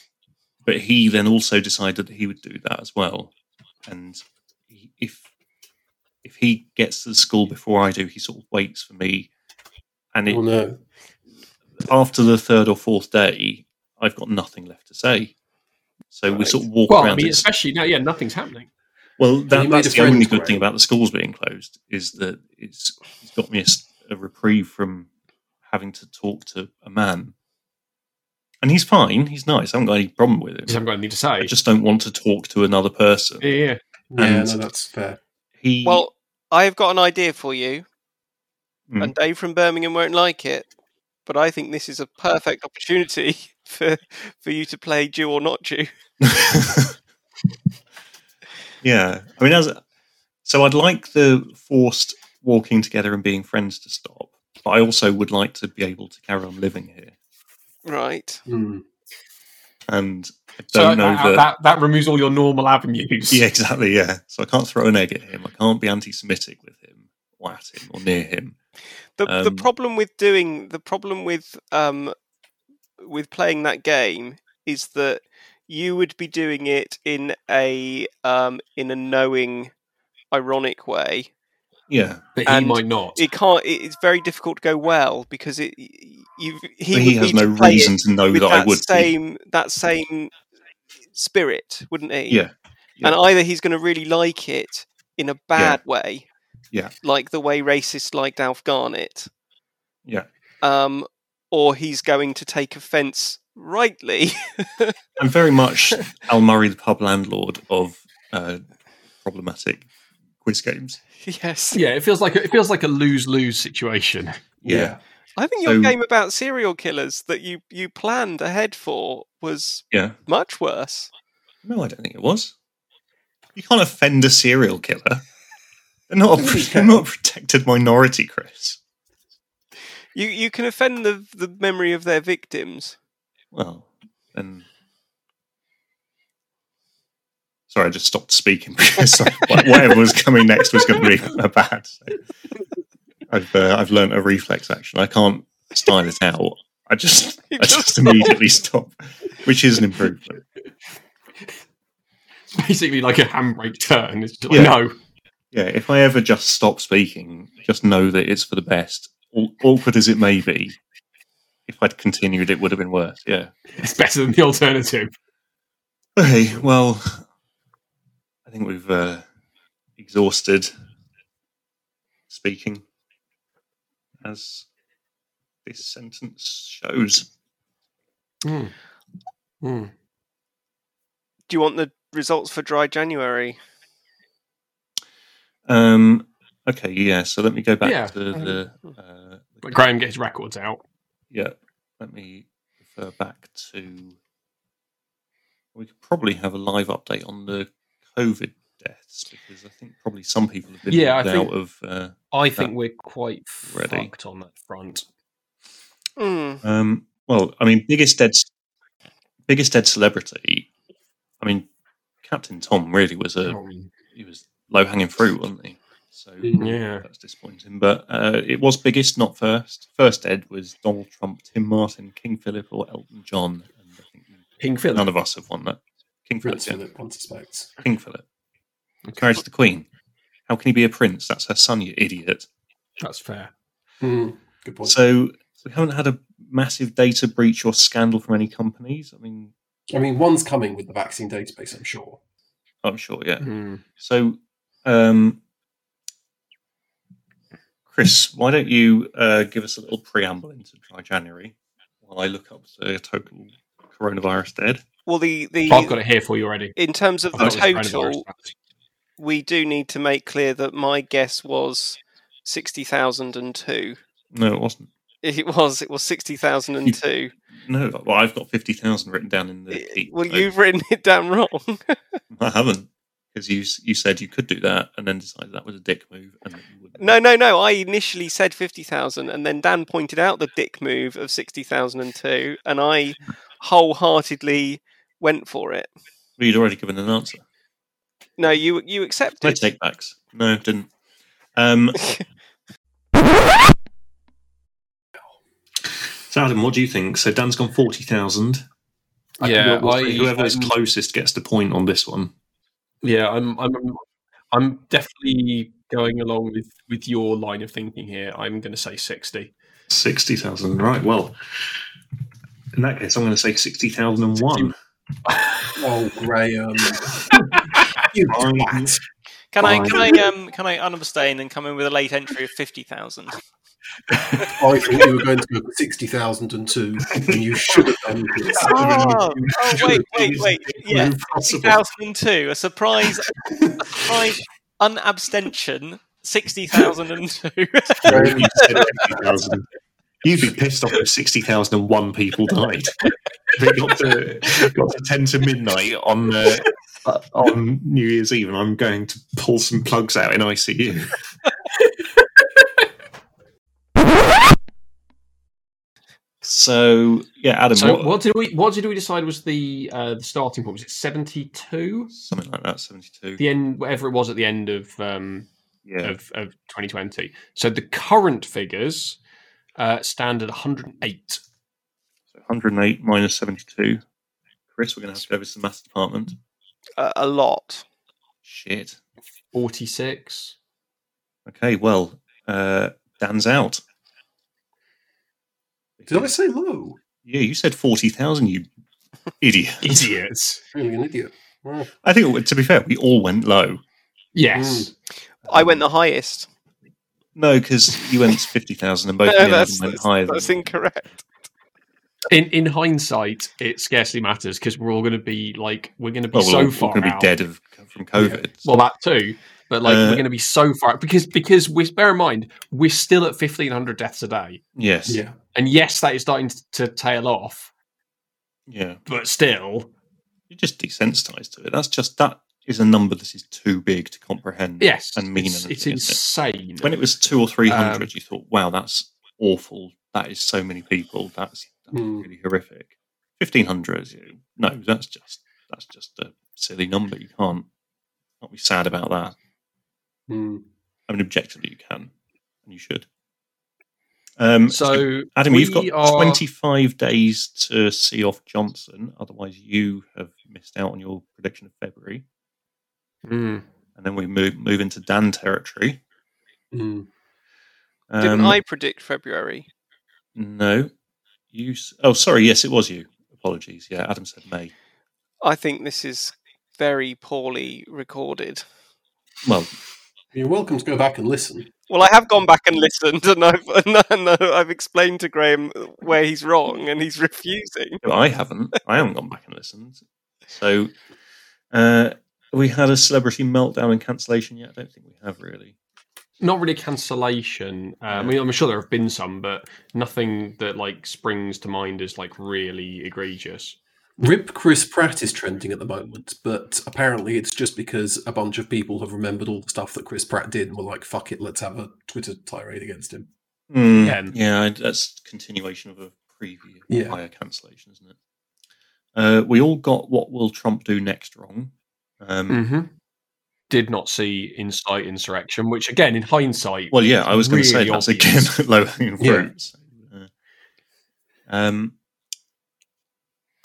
S5: but he then also decided that he would do that as well, and he, if if he gets to the school before I do, he sort of waits for me. And it,
S1: Oh no.
S5: after the third or fourth day, I've got nothing left to say. So we
S2: Right.
S5: sort of walk
S3: Well, I
S5: around.
S3: mean,
S5: it.
S3: especially now, yeah, nothing's happening.
S5: Well,
S1: you
S5: that,
S1: made
S5: that's
S1: a
S5: the only
S1: friend,
S5: good thing
S1: Graham.
S5: about the schools being closed is that it's, it's got me a, s- a reprieve from having to talk to a man. And he's fine. He's nice. I haven't got any problem with
S3: Just
S5: him.
S3: haven't got anything to say.
S5: I just don't want to talk to another person.
S3: yeah, yeah.
S1: Yeah,
S5: And-
S1: no, that's fair.
S5: He
S2: Well, I've got an idea for you,
S5: Hmm.
S2: and Dave from Birmingham won't like it, but I think this is a perfect opportunity for for you to play Jew or not Jew.
S5: yeah, I mean, as so, I'd like the forced walking together and being friends to stop, but I also would like to be able to carry on living here.
S2: Right.
S1: Hmm.
S5: And I
S3: So
S5: don't know
S3: that,
S5: that,
S3: that that removes all your normal avenues.
S5: Yeah, exactly. Yeah, so I can't throw an egg at him. I can't be anti-Semitic with him, or at him, or near him.
S2: The the
S5: Um,
S2: problem with doing the problem with um with playing that game is that you would be doing it in a um, in a knowing, ironic way.
S5: Yeah,
S3: But he
S2: And
S3: might not.
S2: It can't. it- It's very difficult to go well because it you he,
S5: but
S2: would
S5: he
S2: need
S5: has
S2: to
S5: no
S2: play it
S5: reason to know
S2: with
S5: that, I would. be.
S2: same that same spirit, wouldn't he?
S5: Yeah.
S2: And either he's going to really like it in a bad way,
S5: Yeah.
S2: like the way racists liked Alf Garnett,
S5: Yeah.
S2: um, or he's going to take offence rightly.
S5: I'm very much Al Murray, the pub landlord of uh, problematic quiz games.
S2: yes,
S3: Yeah, it feels like a, it feels like a lose lose situation.
S1: Yeah.
S2: I think your
S5: So-
S2: game about serial killers that you you planned ahead for was
S5: Yeah.
S2: much worse.
S5: No, I don't think it was. You can't offend a serial killer. They're not a,
S1: Yeah, you
S5: they're not a protected minority, Chris.
S2: You you can offend the the memory of their victims.
S5: Well, then. Sorry, I just stopped speaking because I- whatever was coming next was going to be bad. So I've uh, I've learnt a reflex action. I can't style it out. I just
S2: You
S5: I just
S2: just
S5: immediately stop, which is an improvement.
S3: It's basically like a handbrake turn. It's just like,
S5: Yeah.
S3: no.
S5: Yeah, if I ever just stop speaking, just know that it's for the best. Aw- Awkward as it may be, if I'd continued, it would have been worse. Yeah.
S3: It's better than the alternative.
S5: Okay. Well, I think we've uh, exhausted speaking, as this sentence shows.
S2: Do you want the results for dry January?
S5: Um, okay. Yeah. So let me go back
S3: Yeah,
S5: to the. Uh,
S3: But Graham gets records out.
S5: Yeah, let me refer back to. We could probably have a live update on the COVID deaths because I think probably some people have been
S3: Yeah, I
S5: moved
S3: think-
S5: out of. Uh,
S3: I
S5: think
S3: we're quite
S5: Ready.
S3: fucked on that front.
S2: Hmm.
S5: um, well, I mean, biggest dead, biggest dead celebrity. I mean, Captain Tom really was a
S3: Oh.
S5: he was low hanging fruit, wasn't he? So
S3: Yeah.
S5: that's disappointing. But uh, it was biggest, not first. First dead was Donald Trump, Tim Martin, King Philip, or Elton John. And I think
S3: King Philip.
S5: None of us have won that. King Philip,
S1: Prince
S5: yeah.
S1: Philip, one suspects.
S5: King Philip. Married to the Queen. How can he be a prince? That's her son, you idiot.
S3: That's fair.
S1: Hmm. Good point.
S5: So we haven't had a massive data breach or scandal from any companies. I mean,
S1: I mean, one's coming with the vaccine database, I'm sure.
S5: I'm sure, yeah.
S3: Hmm.
S5: So, um, Chris, why don't you uh, give us a little preamble into dry January while I look up the total coronavirus dead?
S2: Well, the the
S3: I've got it here for you already.
S2: in terms of
S5: I've
S2: the
S5: got it.
S2: total, we do need to make clear that my guess was sixty thousand and two.
S5: No, it wasn't.
S2: It was it was sixty thousand and two.
S5: No, well, I've got 50,000 written down in the. heat,
S2: Eh, Well,
S5: so-
S2: you've written it down wrong.
S5: I haven't, because you s- you said you could do that and then decided that was a dick move. And that you wouldn't.
S2: No, no, no. I initially said 50,000, and then Dan pointed out the dick move of 60,002, and I wholeheartedly went for it.
S5: but you'd already given an answer.
S2: No, you you
S5: My
S2: accepted.
S5: take backs. No, didn't. Um, so Adam, what do you think? So Dan's gone forty thousand.
S3: Yeah, I-
S5: whoever is
S3: I'm-
S5: closest gets the point on this one.
S3: Yeah, I'm I'm I'm definitely going along with with your line of thinking here. I'm going to say 60.
S5: Sixty thousand, right? Well, in that case, I'm going to say sixty thousand and one.
S1: Oh, Graham. you twat.
S7: Can I can I
S5: Fine.
S7: um can I unabstain and come in with a late entry of fifty thousand?
S1: I thought you were going to go for 60,002, and you should have done this.
S7: Oh, oh wait, wait, wait. Yeah,
S5: Impossible.
S7: 2002. A surprise, a surprise unabstention. 60,002.
S1: Graham,
S5: You'd be pissed off if 60,001 people died. If it got to, got to 10 to midnight on uh, on New Year's Eve, and I'm going to pull some plugs out in ICU. So, yeah, Adam,
S3: So
S5: what,
S3: what did we what did we decide was the uh, the starting point? Was it 72?
S5: something like that, 72.
S3: The end whatever it was at the end of um
S5: Yeah.
S3: of, of 2020. So the current figures uh, stand at 108.
S5: So 108 minus 72. Chris, we're going to have to go over to the maths department.
S2: A, a lot.
S5: Shit.
S3: 46.
S5: Okay, well, uh, Dan's out.
S1: Did I say low?
S5: Yeah, you said 40,000, you idiot.
S3: Idiots.
S1: Really an idiot. Well,
S5: I think, to be fair, we all went low.
S3: Yes.
S2: I went the highest.
S5: No, because you went 50,000 and
S2: No,
S5: both me and Adam
S2: that's,
S5: went
S2: that's-
S5: higher
S2: that's
S5: than
S2: incorrect.
S3: In in hindsight, it scarcely matters because we're all going to be like we're going to be
S5: well,
S3: so
S5: we're all
S3: far
S5: going to be
S3: out.
S5: dead of, from COVID.
S3: Well, that too. But like
S5: Uh,
S3: we're going to be so far because because we bear in mind we're still at fifteen hundred deaths a day,
S5: yes. Yeah.
S1: yeah.
S3: and yes, that is starting t- to tail off, but still,
S5: You're just desensitized to it. That's just, that is a number that is too big to comprehend.
S3: yes,
S5: And mean
S3: it's,
S5: anything,
S3: it's
S5: isn't it?
S3: insane.
S5: When it was two or 300,
S3: Um,
S5: you thought, wow, that's awful. That is so many people. That's, that's
S1: Hmm.
S5: really horrific. 1,500, you- no, that's just, that's just a silly number. You can't, can't be sad about that.
S1: Mm.
S5: I mean, objectively, you can and you should. Um,
S3: so
S5: Adam,
S3: we
S5: you've got
S3: are-
S5: 25 days to see off Johnson. Otherwise, you have missed out on your prediction of February.
S3: Mm.
S5: And then we move, move into Dan territory.
S1: Mm.
S5: Um,
S2: Didn't I predict February?
S5: No. You. s- Oh, sorry. Yes, it was you. Apologies. Yeah, Adam said May.
S2: I think this is very poorly recorded.
S5: Well,
S1: You're welcome to go back and listen.
S2: Well, I have gone back and listened, and I've and, I- I've explained to Graham where he's wrong, and he's refusing.
S5: I haven't. I haven't gone back and listened. So, uh, we had a celebrity meltdown and cancellation yet? I don't think we have really.
S3: not really cancellation. Uh, I mean, I'm sure there have been some, but nothing that like springs to mind as like really egregious.
S1: Rip Chris Pratt is trending at the moment, but apparently it's just because a bunch of people have remembered all the stuff that Chris Pratt did and were like, fuck it, let's have a Twitter tirade against him.
S5: Hmm,
S3: Ten.
S5: yeah, I- that's continuation of a preview
S1: Yeah.
S5: prior cancellation, isn't it? Uh, we all got what will Trump do next wrong. Um,
S3: Mm-hmm. Did not see Insight Insurrection, which again, in hindsight,
S5: Well, yeah, I was going to say
S3: really
S5: that's again
S3: obvious.
S5: low hanging
S1: Yeah.
S5: fruit. So, uh, um,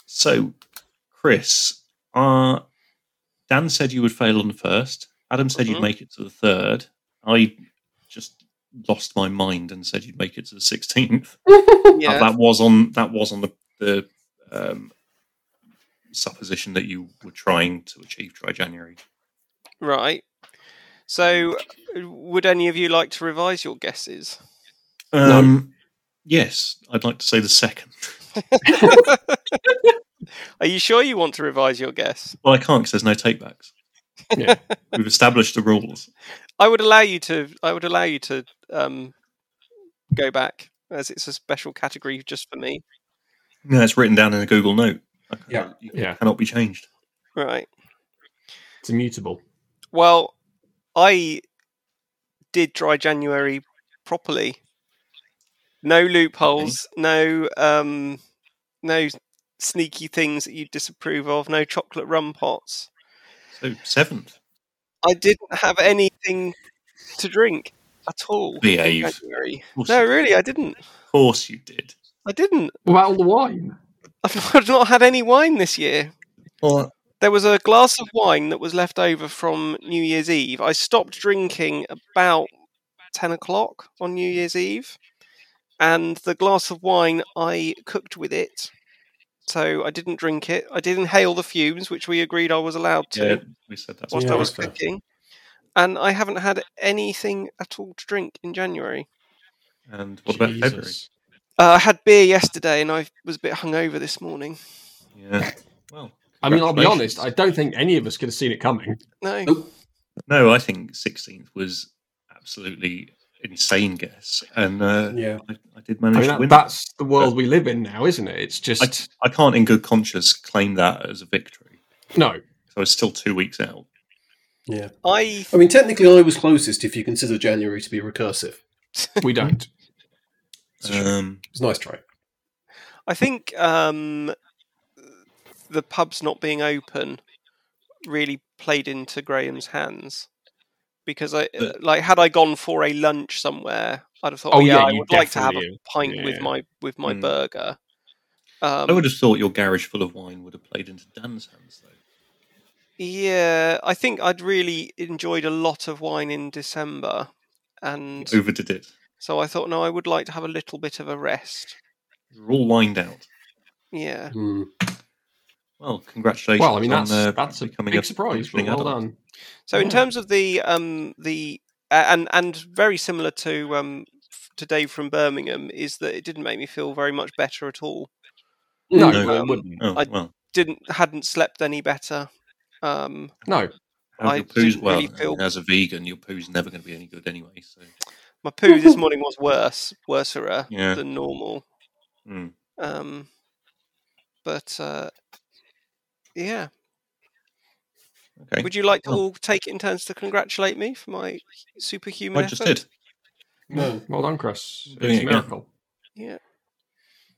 S5: so, Chris, uh, Dan said you would fail on the first. Adam said
S2: Mhm.
S5: you'd make it to the third. I just lost my mind and said you'd make it to the sixteenth. Uh,
S2: Yeah,
S5: That was on that was on the, the um, supposition that you were trying to achieve try January.
S2: right. So, would any of you like to revise your guesses?
S5: Um, Yes, I'd like to say the second.
S2: Are you sure you want to revise your guess?
S5: Well, I can't because there's no takebacks.
S3: Yeah.
S5: We've established the rules.
S2: I would allow you to. I would allow you to um, go back, as it's a special category just for me.
S5: No, it's written down in a Google note. I can't-
S1: Yeah.
S5: you
S3: Yeah.
S5: cannot be changed.
S2: Right.
S3: it's immutable.
S2: Well, I did dry January properly. No loopholes, no um no sneaky things that you disapprove of, no chocolate rum pots.
S5: So seventh.
S2: I didn't have anything to drink at all. in
S5: Behave.
S2: January.
S5: Of course,
S2: No,
S5: you,
S2: really, I didn't.
S5: of course you did.
S2: I didn't.
S3: What about all the wine?
S2: I've not, I've not had any wine this year.
S5: Well,
S2: There was a glass of wine that was left over from New Year's Eve. I stopped drinking about 10 o'clock on New Year's Eve, and the glass of wine I cooked with it. So I didn't drink it. I did inhale the fumes, which we agreed I was allowed to
S5: yeah, we said that.
S2: whilst
S1: Yeah,
S2: I was
S1: that's fair.
S2: cooking. And I haven't had anything at all to drink in January.
S5: And what about February?
S3: Jesus.
S2: Uh, I had beer yesterday and I was a bit hungover this morning.
S5: Yeah. Well,
S3: I mean, I'll be honest. I
S5: congratulations.
S3: don't think any of us could have seen it coming.
S2: No.
S5: No, I think sixteenth was absolutely insane guess, and uh,
S1: Yeah.
S5: I, I did
S3: I
S5: manage
S3: mean,
S5: to
S3: that,
S5: win.
S3: that's the world we live in now, isn't it? It's just
S5: I can't, in good conscience, claim that as a victory.
S3: no.
S5: So it's still two weeks out.
S2: I
S1: I mean, technically, I was closest if you consider January to be recursive.
S3: We don't.
S5: Um,
S1: It was a nice try.
S2: I think um, the pubs not being open really played into Graham's hands because I
S5: But-
S2: like had I gone for a lunch somewhere, I'd have thought,
S3: Oh,
S2: oh, yeah,
S3: yeah, Hmm.
S2: I
S3: you
S2: would like to have a
S3: definitely-
S2: pint with
S3: yeah.
S2: my with my
S5: Mm.
S2: burger. Um,
S5: I would have thought your garage full of wine would have played into Dan's hands, though.
S2: Yeah, I think I'd really enjoyed a lot of wine in December, and
S5: He Overdid it.
S2: so I thought, no, I would like to have a little bit of a rest.
S5: You're all wined out.
S2: Yeah,
S1: Hmm.
S5: Well, congratulations.
S3: Well, I mean
S5: on,
S3: that's
S5: uh,
S3: that's a
S5: becoming
S3: big surprise. Well,
S5: functioning
S3: well
S5: adult.
S3: done.
S2: So in terms of the um the uh, and and very similar to um f- to Dave from Birmingham is that it didn't make me feel very much better at all.
S1: No,
S5: No.
S1: well,
S2: Um,
S1: wouldn't.
S5: Oh,
S2: I-
S5: well.
S2: Didn't hadn't slept any better. Um,
S3: No,
S5: How's
S2: I
S5: your poo's?
S2: didn't
S5: Well,
S2: really
S5: I mean,
S2: feel-
S5: as a vegan, your poo's never going to be any good anyway. So,
S2: my poo this morning was worse, worser uh,
S5: yeah.
S2: than normal.
S5: Hmm.
S2: Um, but uh, yeah,
S5: Okay.
S2: would you like to
S5: Well.
S2: all take it in turns to congratulate me for my superhuman
S5: I just
S2: effort?
S5: did.
S1: No.
S3: well done, Chris.
S5: Doing
S3: It's
S5: it
S3: a
S5: again.
S3: miracle.
S2: Yeah.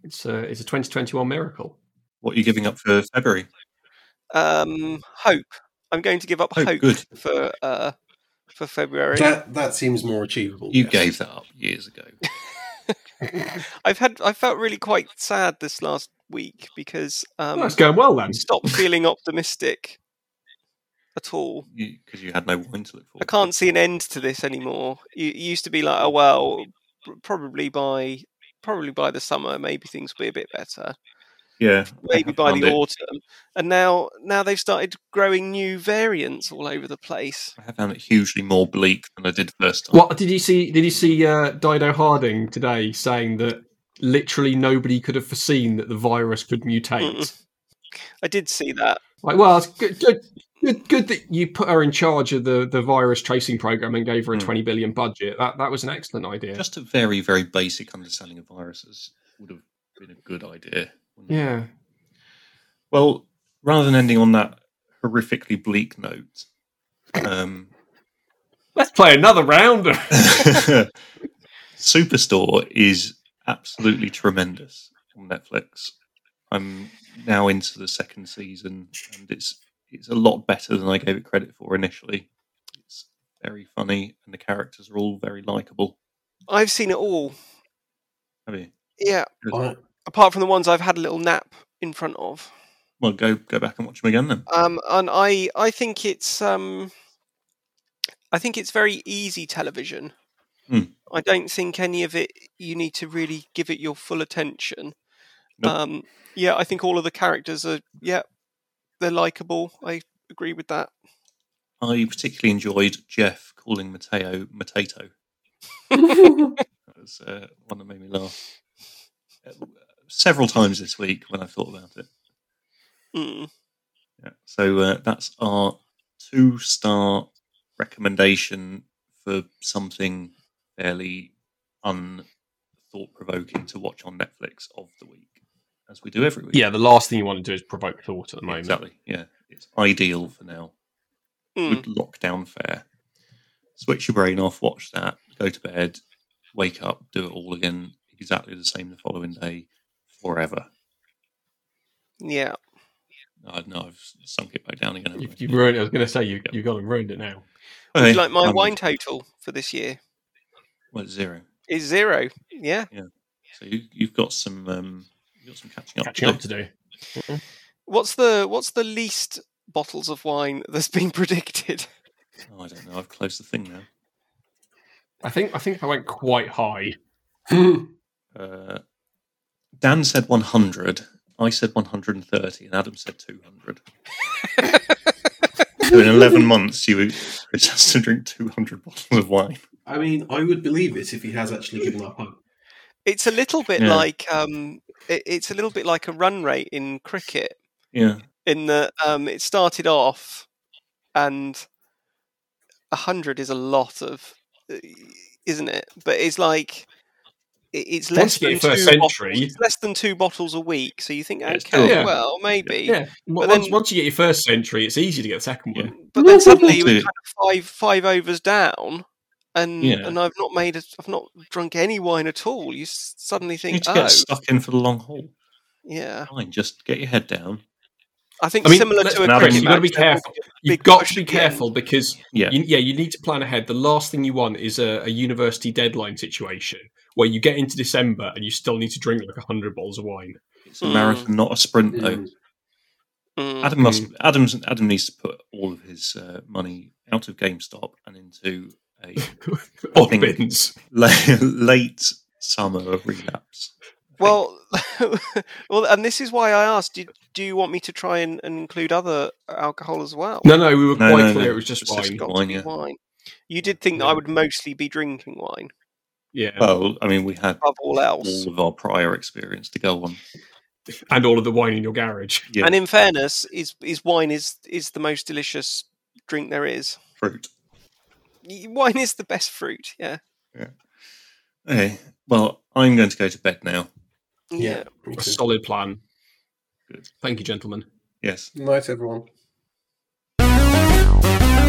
S3: It's a it's a 2021 miracle.
S5: What are you giving up for February?
S2: Um, hope. I'm going to give up
S5: Oh,
S2: hope
S5: good.
S2: for uh, for February.
S1: That that seems more achievable.
S5: You
S1: yes.
S5: gave that up years ago.
S2: I've had I felt really quite sad this last week because um,
S3: That's going well then.
S2: stopped feeling optimistic at all.
S5: because you had no wine to look for.
S2: I can't see an end to this anymore. You, it used to be like, oh well, pr- probably by probably by the summer, maybe things will be a bit better.
S5: Yeah, I
S2: maybe by
S5: found
S2: the
S5: it.
S2: autumn. And now now they've started growing new variants all over the place.
S5: I have found it hugely more bleak than I did first time.
S3: What did you see? Did you see uh, Dido Harding today saying that literally nobody could have foreseen that the virus could mutate?
S2: Mm. I did see that.
S3: Like, well, it's good, good, good, good that you put her in charge of the, the virus tracing program and gave her a
S5: Hmm.
S3: 20 billion budget. That that was an excellent idea.
S5: Just a very, very basic understanding of viruses would have been a good idea. wouldn't it?
S3: yeah.
S5: Well, rather than ending on that horrifically bleak note, um,
S3: Let's play another round. of-
S5: Superstore is absolutely tremendous on Netflix. I'm now into the second season, and it's it's a lot better than I gave it credit for initially. It's very funny, and the characters are all very likable.
S2: I've seen it all.
S5: Have you?
S2: Yeah.
S1: I-
S2: Apart from the ones I've had a little nap in front of.
S5: Well, go go back and watch them again then.
S2: Um and I I think it's um I think it's very easy television.
S5: Hmm.
S2: I don't think any of it you need to really give it your full attention.
S5: Nope.
S2: Um yeah, I think all of the characters are yeah, they're likable. I agree with that.
S5: I particularly enjoyed Jeff calling Mateo Matato. That was uh, one that made me laugh uh, several times this week when I thought about it.
S2: Mm.
S5: Yeah. So uh, that's our two star recommendation for something fairly unthought provoking to watch on Netflix of the week, as we do every week.
S3: yeah, the last thing you want to do is provoke thought at the moment.
S5: exactly. Yeah, it's ideal for now.
S2: Mm.
S5: Good lockdown fare. Switch your brain off, watch that, go to bed, wake up, do it all again, exactly the same the following day, forever.
S2: Yeah.
S5: I know I've sunk it back down again. haven't
S3: You,
S5: I?
S3: you ruined. It. I was going to say you you got and ruined it now.
S2: Would
S5: Okay,
S2: you like my
S5: um,
S2: wine total for this year?
S5: Well, zero.
S2: Is zero. Yeah.
S5: So you, you've got some um, you've got some catching up.
S3: Catching
S5: to
S3: up to
S5: do.
S3: do.
S2: What's the what's the least bottles of wine that's been predicted?
S5: Oh, I don't know. I've closed the thing now.
S3: I think I think I went quite high.
S5: Uh, Dan said 100. I said 130, and Adam said 200. so in 11 months, you Chris has to drink 200 bottles of wine.
S1: I mean, I would believe it if he has actually given up hope.
S2: It's a little bit
S5: Yeah.
S2: like um it, it's a little bit like a run rate in cricket
S5: Yeah.
S2: in that um it started off and a hundred is a lot of uh, isn't it? But it's like it- it's less
S3: Once you
S2: than
S3: get your
S2: two
S3: first
S2: bottles,
S3: century-
S2: it's less than two bottles a week. So you think,
S5: Yeah, it's
S2: okay,
S3: doable.
S2: well, maybe.
S3: Yeah.
S2: But
S3: once,
S2: then-
S3: once you get your first century, it's easy to get the second one.
S2: but then suddenly
S5: Well,
S2: you were kind
S5: to-
S2: of five five overs down, and
S5: Yeah.
S2: and I've not made a, I've not drunk any wine at all. You s- suddenly
S5: You
S2: think,
S5: need to
S2: oh
S5: get stuck in for the long haul.
S2: yeah,
S5: Fine, just get your head down.
S2: I think
S3: I mean,
S2: similar
S3: let's
S2: to a
S5: be honest,
S2: cricket
S5: you've
S2: match,
S3: gotta be
S2: there will
S3: careful.
S2: be a
S3: You've
S2: big
S3: got
S2: push
S3: to be
S2: at the end.
S3: careful because
S5: Yeah.
S3: You, yeah, you need to plan ahead. The last thing you want is a, a university deadline situation where you get into December and you still need to drink like 100 bottles of wine.
S5: It's a marathon, not a sprint, though.
S1: Mm.
S2: Hmm. Mm.
S5: Adam must. Adam's Adam needs to put all of his uh, money out of GameStop and into a
S3: Odd
S5: think-
S3: bins.
S5: la- late summer of relapse.
S2: Well, well, and this is why I asked. Did, do you want me to try and, and include other alcohol as well?
S3: No, no, we were
S5: No,
S3: quite
S5: no, no.
S3: clear. It was just
S5: It's just
S3: wine.
S2: Got to
S5: Wine,
S2: be
S5: yeah.
S2: wine. You did think that I would mostly be drinking wine
S3: Yeah,
S5: Well, I mean, we had
S2: above all else.
S5: all of our prior experience to go on.
S3: and all of the wine in your garage.
S5: Yeah,
S2: And in fairness, is is wine is is the most delicious drink there is.
S5: fruit.
S2: Y- Wine is the best fruit. Yeah.
S5: Okay. Well, I'm going to go to bed now.
S1: Yeah. me
S3: A
S1: too.
S3: solid plan.
S5: Good.
S3: Thank you, gentlemen.
S5: Yes.
S1: Night, everyone.
S2: Yeah.